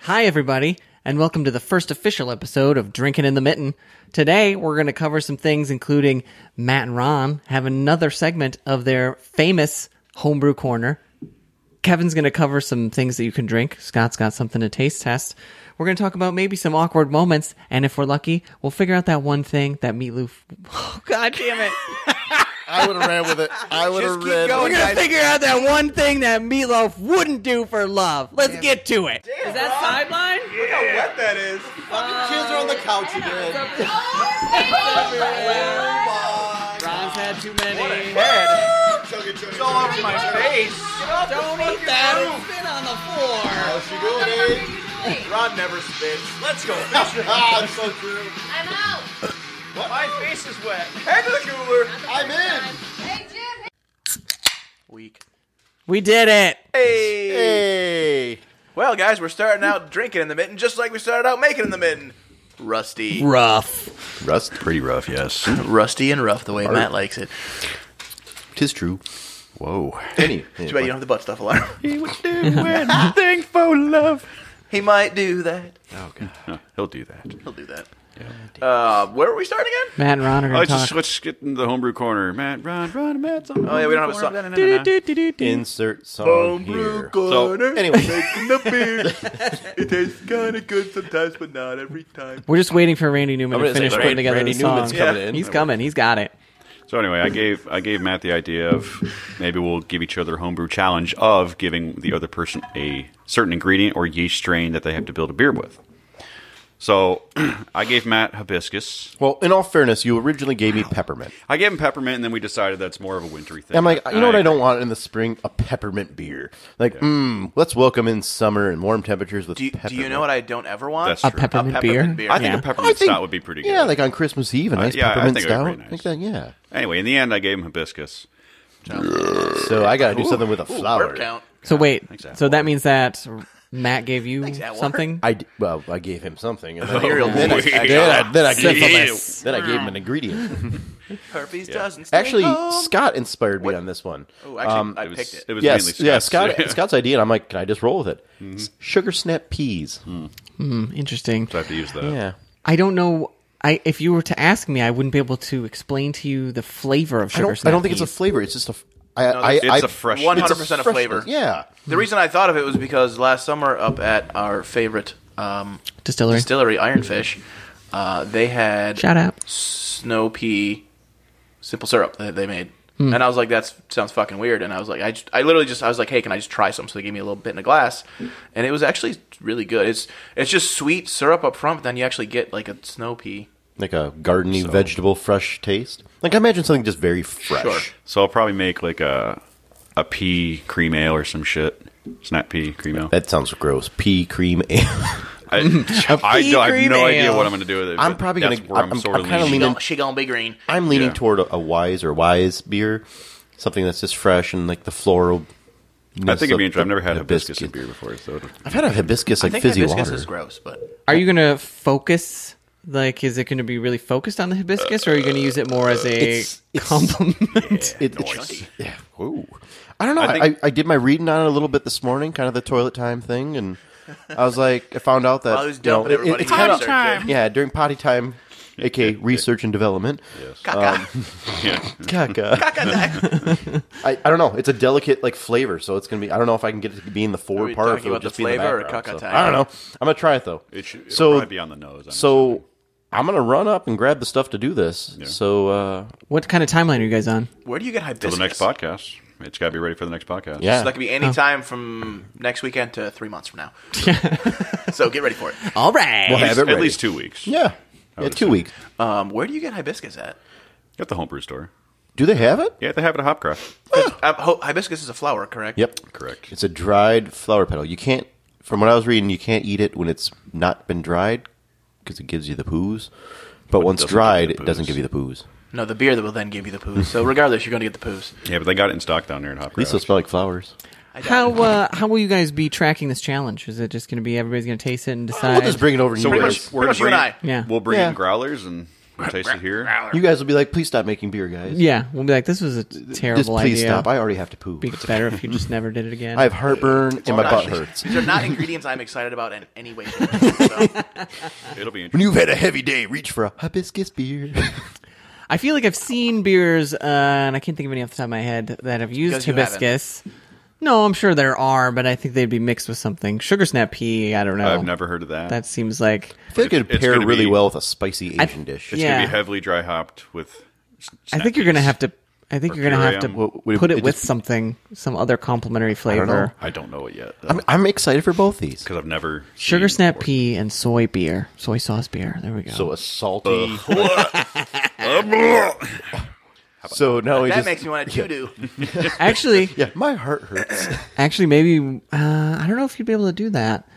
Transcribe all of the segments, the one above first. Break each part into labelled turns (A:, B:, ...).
A: Hi, everybody, and welcome to the first official episode of Drinking in the Mitten. Today, we're going to cover some things, including Matt and Ron have another segment of their famous homebrew corner. Kevin's going to cover some things that you can drink. Scott's got something to taste test. We're going to talk about maybe some awkward moments, and if we're lucky, we'll figure out that one thing that Meatloaf. Oh, God damn it!
B: I would have ran with it. I would have
C: keep
B: ran.
C: going,
B: with
A: We're
B: it.
A: going to figure out that one thing that Meatloaf wouldn't do for love. Let's get to it.
D: Is that sideline?
C: Look how wet that is.
B: Kids are on the couch again.
A: Ron's had too many.
C: Head.
B: Chug it, chug it, chug
C: All over
B: it.
C: my face.
A: Don't eat that. It's been on the floor.
B: How's she doing, eh?
C: Ron never spits. Let's go.
B: Ah, it's so true.
E: I'm out.
C: my face is wet. Head to the cooler.
B: I'm in.
E: Hey, Jim. Hey.
C: Weak.
A: We did it.
C: Hey.
B: Hey.
C: Well, guys, we're starting out drinking in the mitten just like we started out making in the mitten. Rusty.
A: Rough.
B: Rust, pretty rough, yes.
C: Rusty and rough, the way Matt likes it.
B: Tis true. Whoa. Any.
C: Too bad you don't have the butt stuff alarm.
F: He would do anything for love.
C: he might do that.
F: He'll do that.
C: He'll do that. Uh, where were we starting again?
A: Matt and Ron are
F: Oh,
A: going to
F: just
A: talk.
F: let's get into the homebrew corner. Matt, Ron, Ron, Matt. Oh
C: yeah, we don't have a song.
G: Insert
C: Um,
G: song here.
B: Anyway,
C: It tastes kind of good sometimes, but not every time.
A: We're just waiting for Randy Newman
G: I'm
A: to
G: gonna say,
A: finish
G: Randy-
A: putting together
G: Randy
A: the song.
G: Newman's coming in.
A: He's coming. He's got it.
F: So anyway, I gave I gave Matt the idea of maybe we'll give each other a homebrew challenge of giving the other person a certain ingredient or yeast strain that they have to build a beer with. So I gave Matt hibiscus.
G: Well, in all fairness, you originally gave me peppermint.
F: I gave him peppermint, and then we decided that's more of a wintry thing.
G: I'm like, you know what I don't want in the spring? A peppermint beer. Like, mm, let's welcome in summer and warm temperatures with
C: Do you,
G: peppermint.
C: do you know what I don't ever want?
F: That's
A: A
F: true.
A: peppermint,
C: peppermint
A: beer.
C: beer.
F: I think
A: Yeah.
F: a peppermint
G: I think-
F: stout would be pretty good. Uh,
G: Yeah, like on Christmas Eve, a nice
F: yeah, I
G: peppermint
F: think it would
G: stout.
F: be nice.
G: Like that, yeah.
F: anyway, in the end, I gave him hibiscus.
G: So I got to do something with a flower.
C: Burp count.
A: So wait.
F: Zach
A: So that means that Matt gave you
C: Zach Waller.
A: something.
G: I d- well, I gave him something.
F: Oh,
G: And then,
C: Imperial
G: then, I,
C: Blue.
G: then I- then I gave him
F: Syphilis.
G: a, then I gave him an ingredient.
C: Herpes doesn't stay
G: Actually,
C: home.
G: Scott inspired me on this one.
C: Oh, actually, I
F: Um, It was,
C: picked it.
F: it was mainly Mm-hmm.
G: Yes, yeah, Scott,
F: Scott's.
G: Scott's idea, and I'm like, can I just roll with it? S- Sugar snap peas.
F: Hmm.
A: Interesting.
F: So I have to use that.
G: Yeah.
A: I don't know. I if you were to ask me, I wouldn't be able to explain to you the flavor of
G: I
A: sugar.
G: don't, I don't think it's a
A: snap peas.
G: flavor. It's just a. f- I- I-
F: it's
G: I-
F: a fresh.
C: One
G: it's
C: hundred
G: a
C: percent of
G: freshness.
C: flavor.
G: Yeah.
C: The reason I thought of it was because last summer up at our favorite um,
A: distillery.
C: distillery, Ironfish, uh, they had
A: Shout out.
C: snow pea simple syrup that they made.
G: Hmm.
C: And I was like, that sounds fucking weird. And I was like, I, just, I literally just, I was like, hey, can I just try some? So they gave me a little bit in a glass, and it was actually really good. It's it's just sweet syrup up front, but then you actually get like a snow pea.
G: Like a gardeny vegetable fresh taste. Like I imagine something just very fresh.
C: Sure.
F: So I'll probably make like a a pea cream ale or some shit. Snap pea cream ale.
G: That sounds gross. Pea cream ale.
F: I,
A: pea
F: I, don't- I
A: cream
F: have no idea
A: ale.
F: what I'm going to do with it.
G: I'm
F: but
G: probably
F: that's
G: gonna-
F: where I'm,
G: I'm-
F: sort
G: I'm
F: of
G: kinda
F: leaning.
G: leaning-
C: She gonna be green.
G: I'm leaning
F: Yeah.
G: toward a, a wise or wise beer, something that's just fresh and like the floral.
F: I think it'd be interesting. I've never had hibiscus in beer before, so
G: I've had a hibiscus
C: I
G: like
C: think
G: fizzy
C: hibiscus
G: water.
C: is gross, but
A: Are you going to focus? Like, is it going to be really focused on the hibiscus, or are you going to use it more as a
G: It's- it's-
A: compliment?
G: It- it's, yeah. Whoa. I don't know. I,
F: think-
G: I, I did my reading on it a little bit this morning, kind of the toilet time thing, and I was like, I found out that
C: I was
G: you know,
C: dumping
G: it-
C: everybody.
G: it's kind of
C: Potty time.
G: yeah during potty time, aka research and development.
F: yeah.
G: Caca. I, I don't know. It's a delicate like flavor, so it's gonna be. I don't know if I can get it to be in the
C: Are
G: forward
C: we
G: part.
C: talking
G: if it'll
C: about the
G: just be in
C: flavor or
G: background,
C: caca
G: so-
C: time?
G: I don't know. I'm gonna try it though.
F: It should it'll
G: So-
F: probably be on the nose. I'm
G: So I'm gonna run up and grab the stuff to do this. So uh,
A: what kind of timeline are you guys on?
C: where do you get hibiscus?
F: assuming. till the next podcast. It's got to be ready for the next podcast.
G: yeah,
C: So that could be any time from next weekend to three months from now. so get ready for it.
A: All right.
G: Well,
F: At least,
G: Have it
F: at
G: ready.
F: least two weeks.
G: yeah, yeah. Two weeks.
C: Um, where do you get hibiscus at?
F: At the homebrew store.
G: Do they have it?
F: Yeah, they have it at Hopcraft.
C: Uh, ho- hibiscus is a flower, correct?
G: Yep.
F: Correct.
G: It's a dried flower petal. You can't, from what I was reading, you can't eat it when it's not been dried because it gives you the poos. But, once
F: doesn't
G: dried,
F: give you the
G: it doesn't
F: poos.
G: give you the poos.
C: No, the beer that will then give you the poos. So regardless, you're going to get the poos.
F: Yeah, but they got it in stock down there at
G: These still
F: Hopcraft.
G: smell like flowers.
C: I doubt
A: How
C: it.
A: uh, how will you guys be tracking this challenge? Is it just going to be everybody's going to taste it and decide?
G: Uh, We'll just bring it over to
F: So
G: you
C: Pretty
F: we're gonna,
G: guys.
C: much-
F: we're gonna
C: pretty much you and
F: bring-
C: I.
A: Yeah.
F: We'll bring
G: Yeah.
F: in growlers and Taste it here.
G: You guys will be like, please stop making beer, guys.
A: Yeah, we'll be like, this was a terrible
G: Just please
A: idea.
G: stop. I already have to poo.
A: It'd be better if you just never did it again.
G: I have heartburn and my
C: Not-
G: butt hurts.
C: These are not ingredients I'm excited about in any way. shape, or form, so.
F: It'll be interesting.
G: When you've had a heavy day, reach for a hibiscus beer.
A: I feel like I've seen beers, uh, and I can't think of any off the top of my head that have used
C: Because you haven't.
A: hibiscus. No, I'm sure there are, but I think they'd be mixed with something. Sugar snap pea, I don't know.
F: I've never heard of that.
A: That seems like
G: I feel like it'd
F: It's
G: pair
F: gonna
G: really
F: be-
G: well with a spicy Asian dish.
F: it's
A: yeah.
F: gonna be heavily dry hopped with.
A: I think you're gonna have to. I think
F: Or
A: you're gonna have to
F: puree, um,
G: Well, would it-
A: put it,
G: it
A: with
G: just be-
A: something, some other complementary
G: I don't know.
A: flavor.
F: I don't know it yet
G: I'm, I'm excited for both these.
F: because I've never
A: Sugar
F: seen
A: snap
F: or-
A: pea and soy beer, soy sauce beer. There we go.
G: So a salty.
F: Uh,
G: so now we
C: that
G: just
C: makes me want to doo doo.
A: actually,
G: yeah. My heart hurts.
A: actually, maybe uh, I don't know if you'd be able to do that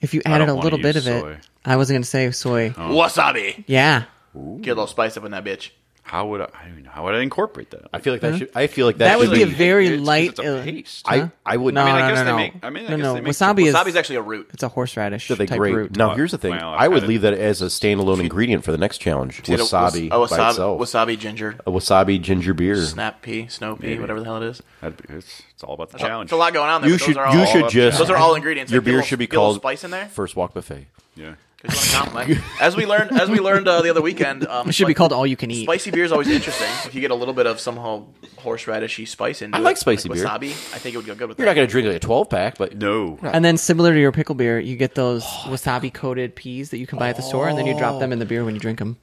A: if you added
F: don't
A: a
F: wanna
A: little bit of
F: use
A: it.
F: soy. Oh.
A: I wasn't gonna say soy.
G: Uh-huh.
C: Wasabi.
A: Yeah,
C: Get a little spice up in that bitch.
F: How would I? I mean, how would I incorporate that?
G: I feel like that should. I feel like that,
A: that would
G: should
A: be a
F: It's-
A: very
F: it's-
A: light.
F: It's a
A: uh,
F: paste.
G: I I would.
A: No,
F: mean, I
A: no,
F: guess
A: no,
F: they
A: no.
F: make- I mean, I
A: no,
F: guess
A: no.
F: they make
A: wasabi is
C: Wasabi's actually a root.
A: it's a horseradish
G: They're
A: type
G: great.
A: root.
G: Now here's the thing.
F: Well,
G: I would
F: I-
G: leave that as a standalone ingredient for the next challenge.
C: Get a-
G: Wasabi,
C: a wasabi,
G: by itself.
C: wasabi ginger,
G: a wasabi ginger beer.
C: snap pea, snow pea,
F: Maybe.
C: whatever the hell it is.
F: That'd be, it's, it's all about the challenge.
C: It's a lot going on there.
G: You
C: but
G: should
C: Those are all,
G: you should
F: up
G: just
C: Those are all ingredients.
G: your
C: Like, get a
G: beer
C: little-
G: should be
C: get a little
G: called
C: spice in there.
G: First walk buffet.
F: Yeah.
C: 'Cause you wanna compliment. as we learned, as we learned uh, the other weekend, um,
A: It should be
C: like,
A: called all you can eat.
C: Spicy beer is always interesting. If you get a little bit of somehow horseradishy spice into
G: I
C: it,
G: like spicy beer.
C: wasabi, I think it would go good with
G: You're
C: that.
G: not going to drink like a 12 pack, but
F: No.
A: And then similar to your pickle beer, you get those
G: Oh.
A: wasabi coated peas that you can buy at the store, and then you drop them in the beer when you drink them.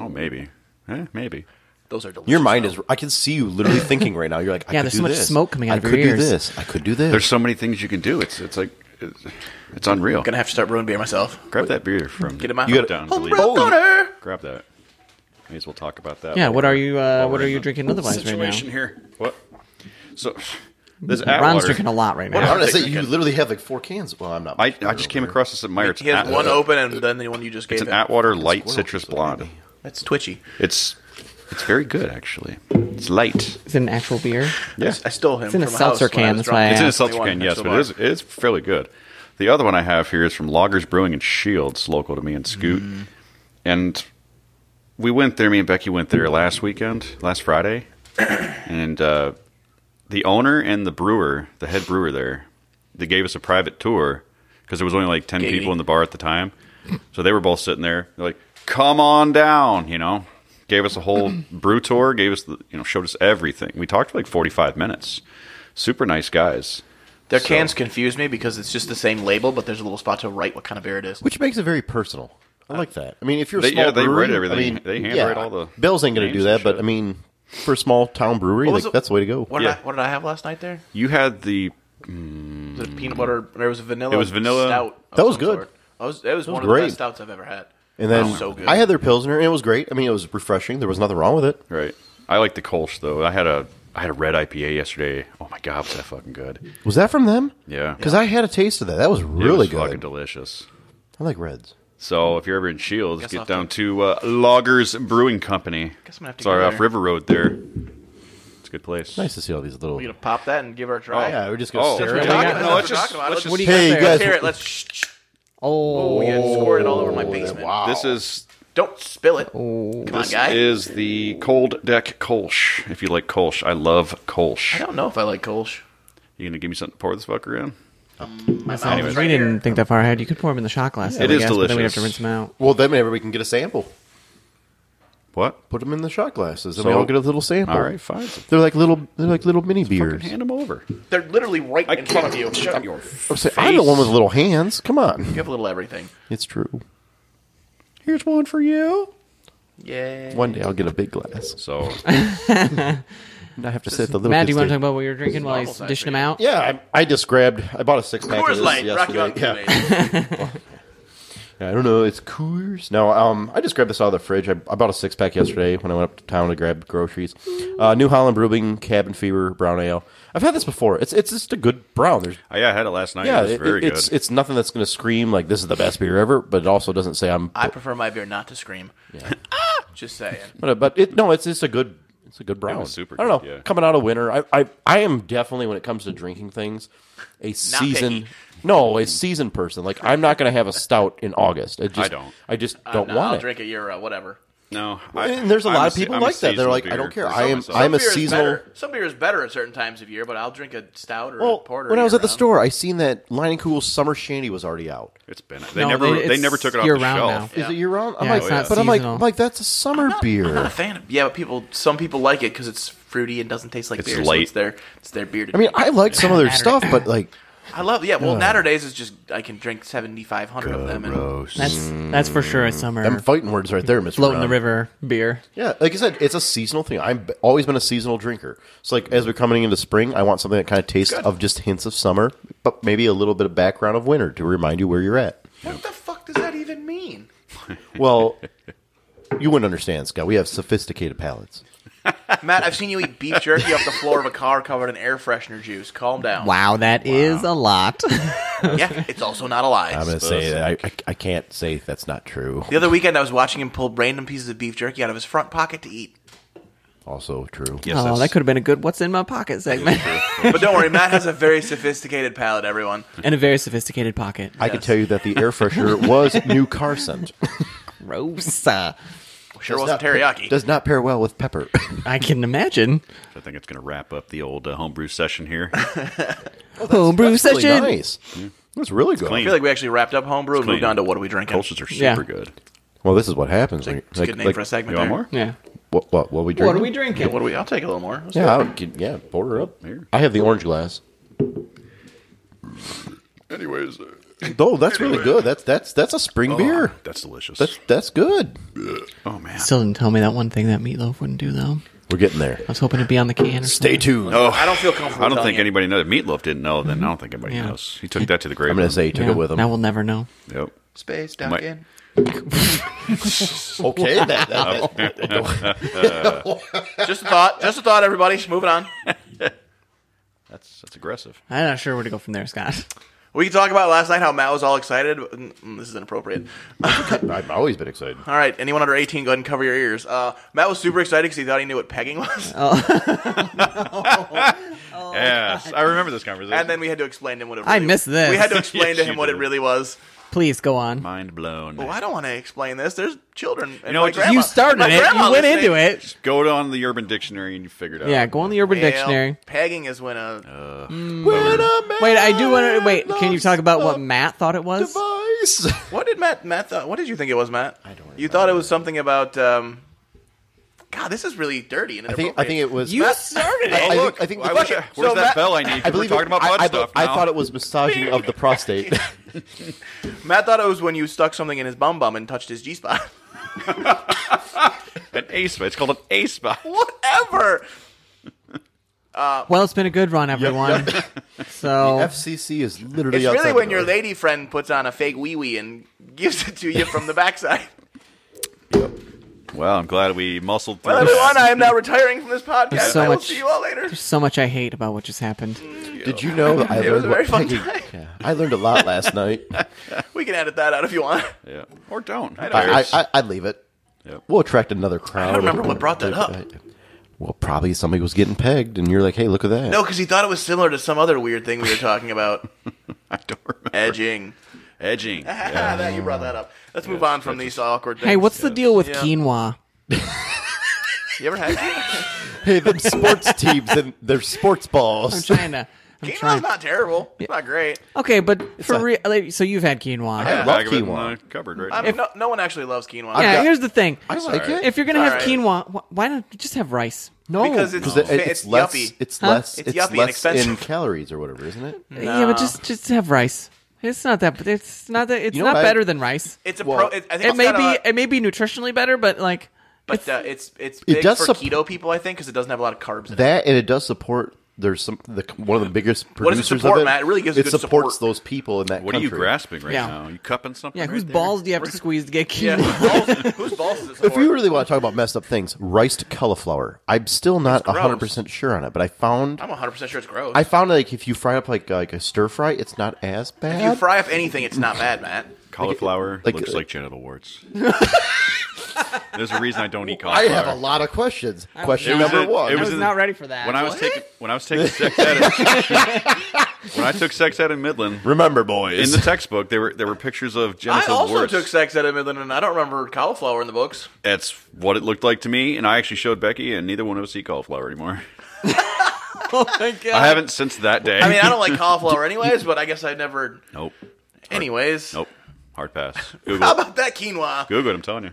F: Oh, maybe. Eh, maybe.
C: Those are delicious.
G: your mind is. I can see you literally thinking right now. You're like, I
A: Yeah,
G: could
A: there's
G: do
A: so much
G: this.
A: smoke coming out
G: I
A: of your
G: could do
A: ears.
G: this. I could do this.
F: There's so many things you can do. It's it's like it's, it's unreal.
C: gonna have to start brewing beer myself.
F: Grab that beer from.
C: Get in my
G: You gotta-
F: down.
C: Homebrew
F: delete it.
C: corner.
F: Grab that. May as well talk about that.
A: Yeah.
F: while
A: What
F: we're-
A: are you? Uh,
F: while
A: what
F: we're
A: are
F: in
A: you
F: the
A: drinking otherwise right now?
F: Situation here. What? So this
A: Ron's
F: Atwater-
A: drinking a lot right
G: I'm
A: now.
G: going to say
C: Drinking.
G: you literally have like four cans. Well, I'm not.
F: I, I just came across this at Meyer. It's
C: He has
F: Atwater.
C: one open and then the one you just gave
F: It's an
C: him.
F: Atwater light citrus blonde.
C: That's twitchy.
F: It's it's very good actually. It's light.
A: Is it an actual beer?
F: Yeah.
C: I stole him.
A: in a
C: from
A: seltzer
C: house when
A: can,
C: I was
A: that's why I It's
C: drunk.
F: It's in
A: Yeah,
F: a seltzer can, yes, but it is, it is fairly good. The other one I have here is from Loggers Brewing and Shields, local to me in Scoot.
C: Mm-hmm.
F: And we went there, me and Becky went there last weekend, last Friday. and uh, the owner and the brewer, the head brewer there, they gave us a private tour because there was only like 10
C: Gay.
F: people in the bar at the time. So they were both sitting there. They're like, come on down, you know. Gave us a whole brew tour, gave us the, you know, showed us everything. We talked for like 45 minutes. Super nice guys.
C: Their
F: So-
C: cans confuse me because it's just the same label, but there's a little spot to write what kind of beer it is.
G: Which makes it very personal. I like that. I mean, if you're a
F: They-
G: small
F: yeah, they
G: brewery,
F: write everything.
G: I mean,
F: They handwrite
G: yeah,
F: all the
G: Bell's ain't going to do
F: names
G: that,
F: and
G: but I
F: shit.
G: mean, for a small town brewery,
C: What
G: like,
C: was it-
G: that's the way to go.
C: What,
F: Yeah.
C: did I, what did I have last night there?
F: You had the
C: Was it peanut butter? Or it was a vanilla.
F: It was vanilla.
C: Stout of
G: That was
C: some
G: good.
C: sort. I was, that was one of
G: great.
C: the best stouts I've ever had.
G: And then
C: It was so good.
G: I had their pilsner, and it was great. I mean, it was refreshing. There was nothing wrong with it.
F: right. I like the Kolsch though. I had a I had a red IPA yesterday. Oh my god, was that fucking good?
G: Was that from them?
F: Yeah,
G: Because I had a taste of that. That was
F: It was
G: really
F: fucking
G: good.
F: delicious.
G: I like reds.
F: So if you're ever in Shields,
C: Hmm. Guess I'll
F: get
C: have
F: down to uh, Loggers Brewing Company.
C: Guess I'm gonna have to
F: Sorry,
C: go
F: off
C: there.
F: River Road there. It's a good place.
G: Nice to see all these little.
C: We gonna pop that and give her a try.
G: Yeah, we're just going to
F: Oh,
G: stare
C: We're
G: at
A: Yeah.
G: it.
C: talking,
A: No,
C: that's what
F: let's
C: we're
F: just-
C: talking about.
F: let's
C: Let's
F: just-
C: just
G: Hey, you guys.
C: tear it. Let's shh, shh, shh.
A: Oh,
C: oh, yeah, squirt it all over my basement.
G: Oh, Wow. Oh,
F: This is
C: Don't spill it. Come on,
F: this
C: guy.
F: is the Cold Deck Kolsch. If you like Kolsch, I love Kolsch.
C: I don't know if I like Kolsch.
F: You gonna give me something to pour this fucker in?
A: we didn't think that far ahead. You could pour them in the shot glass. though,
F: It
A: I
F: is
A: guess, But then we have
F: delicious.
A: to rinse them out.
G: Well, then whenever we can get a sample,
F: What?
G: put them in the shot glasses, and
F: So-
G: we all get a little sample.
F: All right, fine.
G: They're like little. They're like little mini
F: Fucking
G: beers.
F: hand them over.
C: They're literally right in front of you. Shut up.
F: Your
G: I'm, saying, Oh, I'm the
F: face.
G: one with little hands. Come on.
C: You have a little everything.
G: It's true.
F: Here's one for you.
C: Yay.
G: One day I'll get a big glass.
F: So
G: And I have to sit at the little.
A: Matt, do you want to
G: kids'
A: talk
G: table.
A: about what you're drinking while he's
C: novel size
A: dishing them
C: beer.
A: out?
G: Yeah, I, I just grabbed. I bought a six pack.
C: Coors Light, Rocky Mountain
G: Yeah.
C: Kool-Aid.
G: Yeah, I don't know. It's Coors. No, um, I just grabbed this out of the fridge. I, I bought a six pack yesterday when I went up to town to grab groceries. Uh, New Holland Brewing Cabin Fever Brown Ale. I've had this before. It's it's just a good brown. There's
F: I, yeah, I had it last night.
G: yeah,
F: it was
G: it-
F: very good.
G: it's it's nothing that's going to scream like this is the best beer ever, but it also doesn't say I'm.
C: I prefer my beer not to scream. ah! Just saying.
G: But, but it no, it's it's a good it's a good brown.
F: was super
G: I don't
F: good,
G: know.
F: yeah.
G: Coming out of winter, I, I I am definitely when it comes to drinking things, a season.
C: picky.
G: No, a season person. Like I'm not going to have a stout in August. I, just,
F: don't.
G: I just
C: Uh,
G: don't
C: no,
G: want
C: I'll
G: it.
C: drink a year, uh, whatever.
F: No,
G: And there's a
F: a
G: lot of people like that. They're like, I don't care. I am.
F: Myself.
G: I'm a
C: Beer is
G: seasonal.
C: better. Some beer is better at certain times of year, but I'll drink a stout or
G: Well,
C: a porter.
G: when I was at the
C: year-round.
G: store, I seen that Line and Cool Summer Shandy was already out.
F: It's been. They
A: No,
F: never.
A: they-
F: They,
A: it's
F: never took it off the
A: year-round
F: shelf.
A: now.
G: Is it year round? I'm
A: Yeah,
G: like,
A: it's
G: but
A: not
G: I'm like,
A: seasonal.
G: I'm like that's a summer beer.
C: I'm not a fan of. Yeah, but people. Some people like it because it's fruity and doesn't taste like
F: It's
C: beer. So
F: light.
C: it's their. It's their beer. To
G: I mean, I like some of their stuff, but like,
C: I love. Yeah, well, Natter Days is just. I can drink seventy five hundred of them. And,
B: Gross.
A: That's that's for sure a summer
G: them fighting words right there, Miss.
A: float in
G: Brown.
A: the river beer.
G: Yeah, like I said, it's a seasonal thing. I've b- always been a seasonal drinker. So like as we're coming into spring, I want something that kind of tastes of just hints of summer, but maybe a little bit of background of winter to remind you where you're at.
C: what the fuck does that even mean?
G: Well, you wouldn't understand, Scott. We have sophisticated palates.
C: Matt, I've seen you eat beef jerky off the floor of a car covered in air freshener juice. Calm down.
A: Oh, Wow, that is a lot.
C: Yeah, it's also not a lie.
G: I'm going to say that I, I, I can't say that's not true.
C: the other weekend, I was watching him pull random pieces of beef jerky out of his front pocket to eat.
G: Also true.
F: Yes,
A: oh,
F: that's-
A: that could have been a good "What's in my pocket" segment,
C: But don't worry, Matt has a very sophisticated palate. Everyone,
A: and a very sophisticated pocket.
G: I can tell you that the air freshener was new car scent.
A: Gross. Uh,
C: sure
G: Does
C: wasn't
G: not-
C: teriyaki. Oh,
G: Does not pair well with pepper.
A: I can imagine.
F: I think it's going to wrap up the old uh, homebrew session here.
A: Homebrew
G: That's really
A: session.
G: nice.
C: Mm-hmm.
G: That's really good.
C: I feel like we actually wrapped up homebrew and
F: clean.
C: moved on to what are we drinking.
F: Cultures are super
A: Yeah.
F: good.
G: Well, this is what happens. when you-
C: It's a good name for a segment.
F: You want
C: there.
F: more?
A: Yeah.
G: What, what, what we drink?
A: What are we drinking?
C: What do we? I'll take a little more. Let's do
G: Yeah, I would, get- yeah, border up.
F: Here.
G: I have the orange glass.
F: Anyways, uh,
G: Oh, that's really good. That's that's that's a spring
F: Oh.
G: beer.
F: That's delicious.
G: That's that's good.
F: oh man.
A: Still didn't tell me that one thing that meatloaf wouldn't do though.
G: We're getting there.
A: I was hoping it'd be on the can. Or
G: Stay tuned.
F: Oh,
C: I don't feel comfortable
F: I don't
C: telling
F: think
C: you.
F: anybody knows. Meatloaf didn't know. Then I don't think anybody
A: Yeah.
F: knows. He took that to the grave.
G: I'm gonna say he took
A: Yeah,
G: it with him.
A: Now we'll never know.
F: Yep.
C: Space duck
F: Might-
C: in.
G: okay, that, that, that-
C: Just a thought. Just a thought, everybody. Moving on.
F: That's that's aggressive.
A: I'm not sure where to go from there, Scott.
C: We can talk about last night how Matt was all excited. but- mm, mm, This is inappropriate.
G: I've always been excited.
C: All right, anyone under 18, go ahead and cover your ears. Uh, Matt was super excited because he thought he knew what pegging was.
A: Oh.
G: Oh,
F: yes, I remember this conversation.
C: and then we had to explain to him what it really
A: I missed this.
C: We had to explain
F: Yes,
C: to him
F: you
C: what it
F: did.
C: really was.
A: Please go on.
F: mind blown.
C: Well, I don't want to explain this. There's children. And
F: know
C: my
F: what, just-
C: grandma-
A: You started
C: my
A: it.
C: grandma
A: You went
C: listening.
A: into it.
F: Go on the Urban Dictionary and you figure it out.
A: Yeah, go on the Urban
C: Well,
A: Dictionary.
C: Pegging is when a.
A: Wait, I do want to. Wait, can you talk about what Matt thought it was?
G: Device.
C: What did Matt Matt thought? What did you think it was, Matt? I don't. You thought it was something about. Um, God, this is really dirty. And
G: I think I think it was.
A: You started
F: Oh,
A: it.
G: I
F: look.
G: think- I think the-
F: I wish I-
G: Okay,
F: where's
C: so
F: that
C: that-
F: bell I need?
G: I
F: We're
G: believe
F: talking
G: it-
F: about butt
G: I, I,
F: stuff
G: I
F: now.
G: thought it was massaging of the prostate.
C: Matt thought it was when you stuck something in his bum bum and touched his G spot.
F: an ace spot. It's called an ace spot.
C: Whatever.
A: Well, it's been a good run, everyone. So
G: FCC is literally.
C: It's
G: outside
C: really
G: the
C: when your
G: door.
C: lady friend puts on a fake wee wee and gives it to you from the backside.
F: Well, I'm glad we muscled through.
C: Well, everyone, I am now retiring from this podcast.
A: There's so
C: I will
A: much-
C: see you all later.
A: so much I hate about what just happened.
G: Did you know? that I
C: It
G: learned
C: was a very
G: what
C: fun
G: pegging-
C: time.
G: Yeah, I learned a lot last night.
C: We can edit that out if you want.
F: Yeah. Or don't. I
G: I, I, I'd leave it.
F: Yep.
G: We'll attract another crowd.
C: don't remember what brought that up.
G: Well, probably somebody was getting pegged, and you're like, "Hey, look at that!"
C: No, because he thought it was similar to some other weird thing we were talking about.
F: don't remember.
C: Edging.
F: Edging.
C: Ah, that you brought that up. Let's move on from these awkward things.
A: Hey, what's the deal with
C: Yeah.
A: quinoa?
C: you ever had? Quinoa?
G: Hey, them sports teams and their sports
A: I'm
G: balls.
A: trying to. I'm
C: Quinoa's
A: trying.
C: not terrible. It's not great.
A: Okay, but for
G: a-
A: real, like, so you've had quinoa.
G: I
F: Yeah,
G: love
F: bag of it in
G: quinoa.
F: the cupboard right
C: I
F: now.
C: mean, no, no one actually loves quinoa.
A: yeah,
G: got-
A: here's the thing.
G: I like it.
A: If you're gonna have
C: alright.
A: quinoa, wh- why don't you just have rice?
G: no,
C: Because it's-
G: 'cause
C: it's
G: less.
C: yuppie.
G: It's
A: Huh? Hmm.
G: less.
C: It's
G: It's,
C: yuppie and
G: less
C: expensive.
G: in calories or whatever, isn't it?
A: Yeah, but just just have rice. It's not that. It's not that. It's
G: You know
A: not
G: what I-
A: better than rice.
C: It's a
G: Well,
C: pro. It, I think
A: It
C: it's
A: may
C: kinda
A: be.
C: like-
A: It may be nutritionally better, but like,
C: but uh, it's it's
G: It
C: big
G: does
C: for
G: sup-
C: keto people, I think, because it doesn't have a lot of carbs in it.
G: That and it does support. There's some the, one of the biggest producers
C: does it support,
G: of it.
C: Matt? It really gives
G: it
C: good
G: supports
C: support.
G: those people in that.
F: What
G: country.
F: are you grasping right
A: Yeah.
F: now? You cupping something?
A: yeah,
F: right
A: whose
F: there?
A: balls do you have to squeeze to get
C: Yeah,
A: quinoa?
C: whose balls, whose balls is it
G: If
C: support?
G: you really want to talk about messed up things, riced cauliflower. I'm still not
C: gross.
G: 100 percent sure on it, but I found
C: I'm 100 percent sure it's gross.
G: I found like if you fry up like like a stir fry, it's not as bad.
C: if you fry up anything, it's not bad, Matt.
F: Cauliflower
G: Like-
F: looks like genital warts. There's a reason I don't eat
G: I
F: cauliflower.
G: have a lot of questions. Question
F: It was
G: number
F: a-
G: one.
F: it
A: I was
F: a-
A: not ready for that.
F: when I was taking when I was taking sex ed. when I took sex ed in Midland,
G: Remember,
F: in
G: boys.
F: the textbook there were there were pictures of
C: I
F: Genesis
C: also
F: warts.
C: took sex at Midland, and I don't remember cauliflower in the books.
F: That's what it looked like to me, and I actually showed Becky, and neither one of us eat cauliflower anymore.
A: oh my god!
F: I haven't since that day.
C: I mean, I don't like cauliflower anyways, but I guess I never.
F: Nope.
C: Anyways,
F: Nope. Hard pass.
C: how
F: Google. it.
C: about that quinoa?
F: Google it. I'm telling you.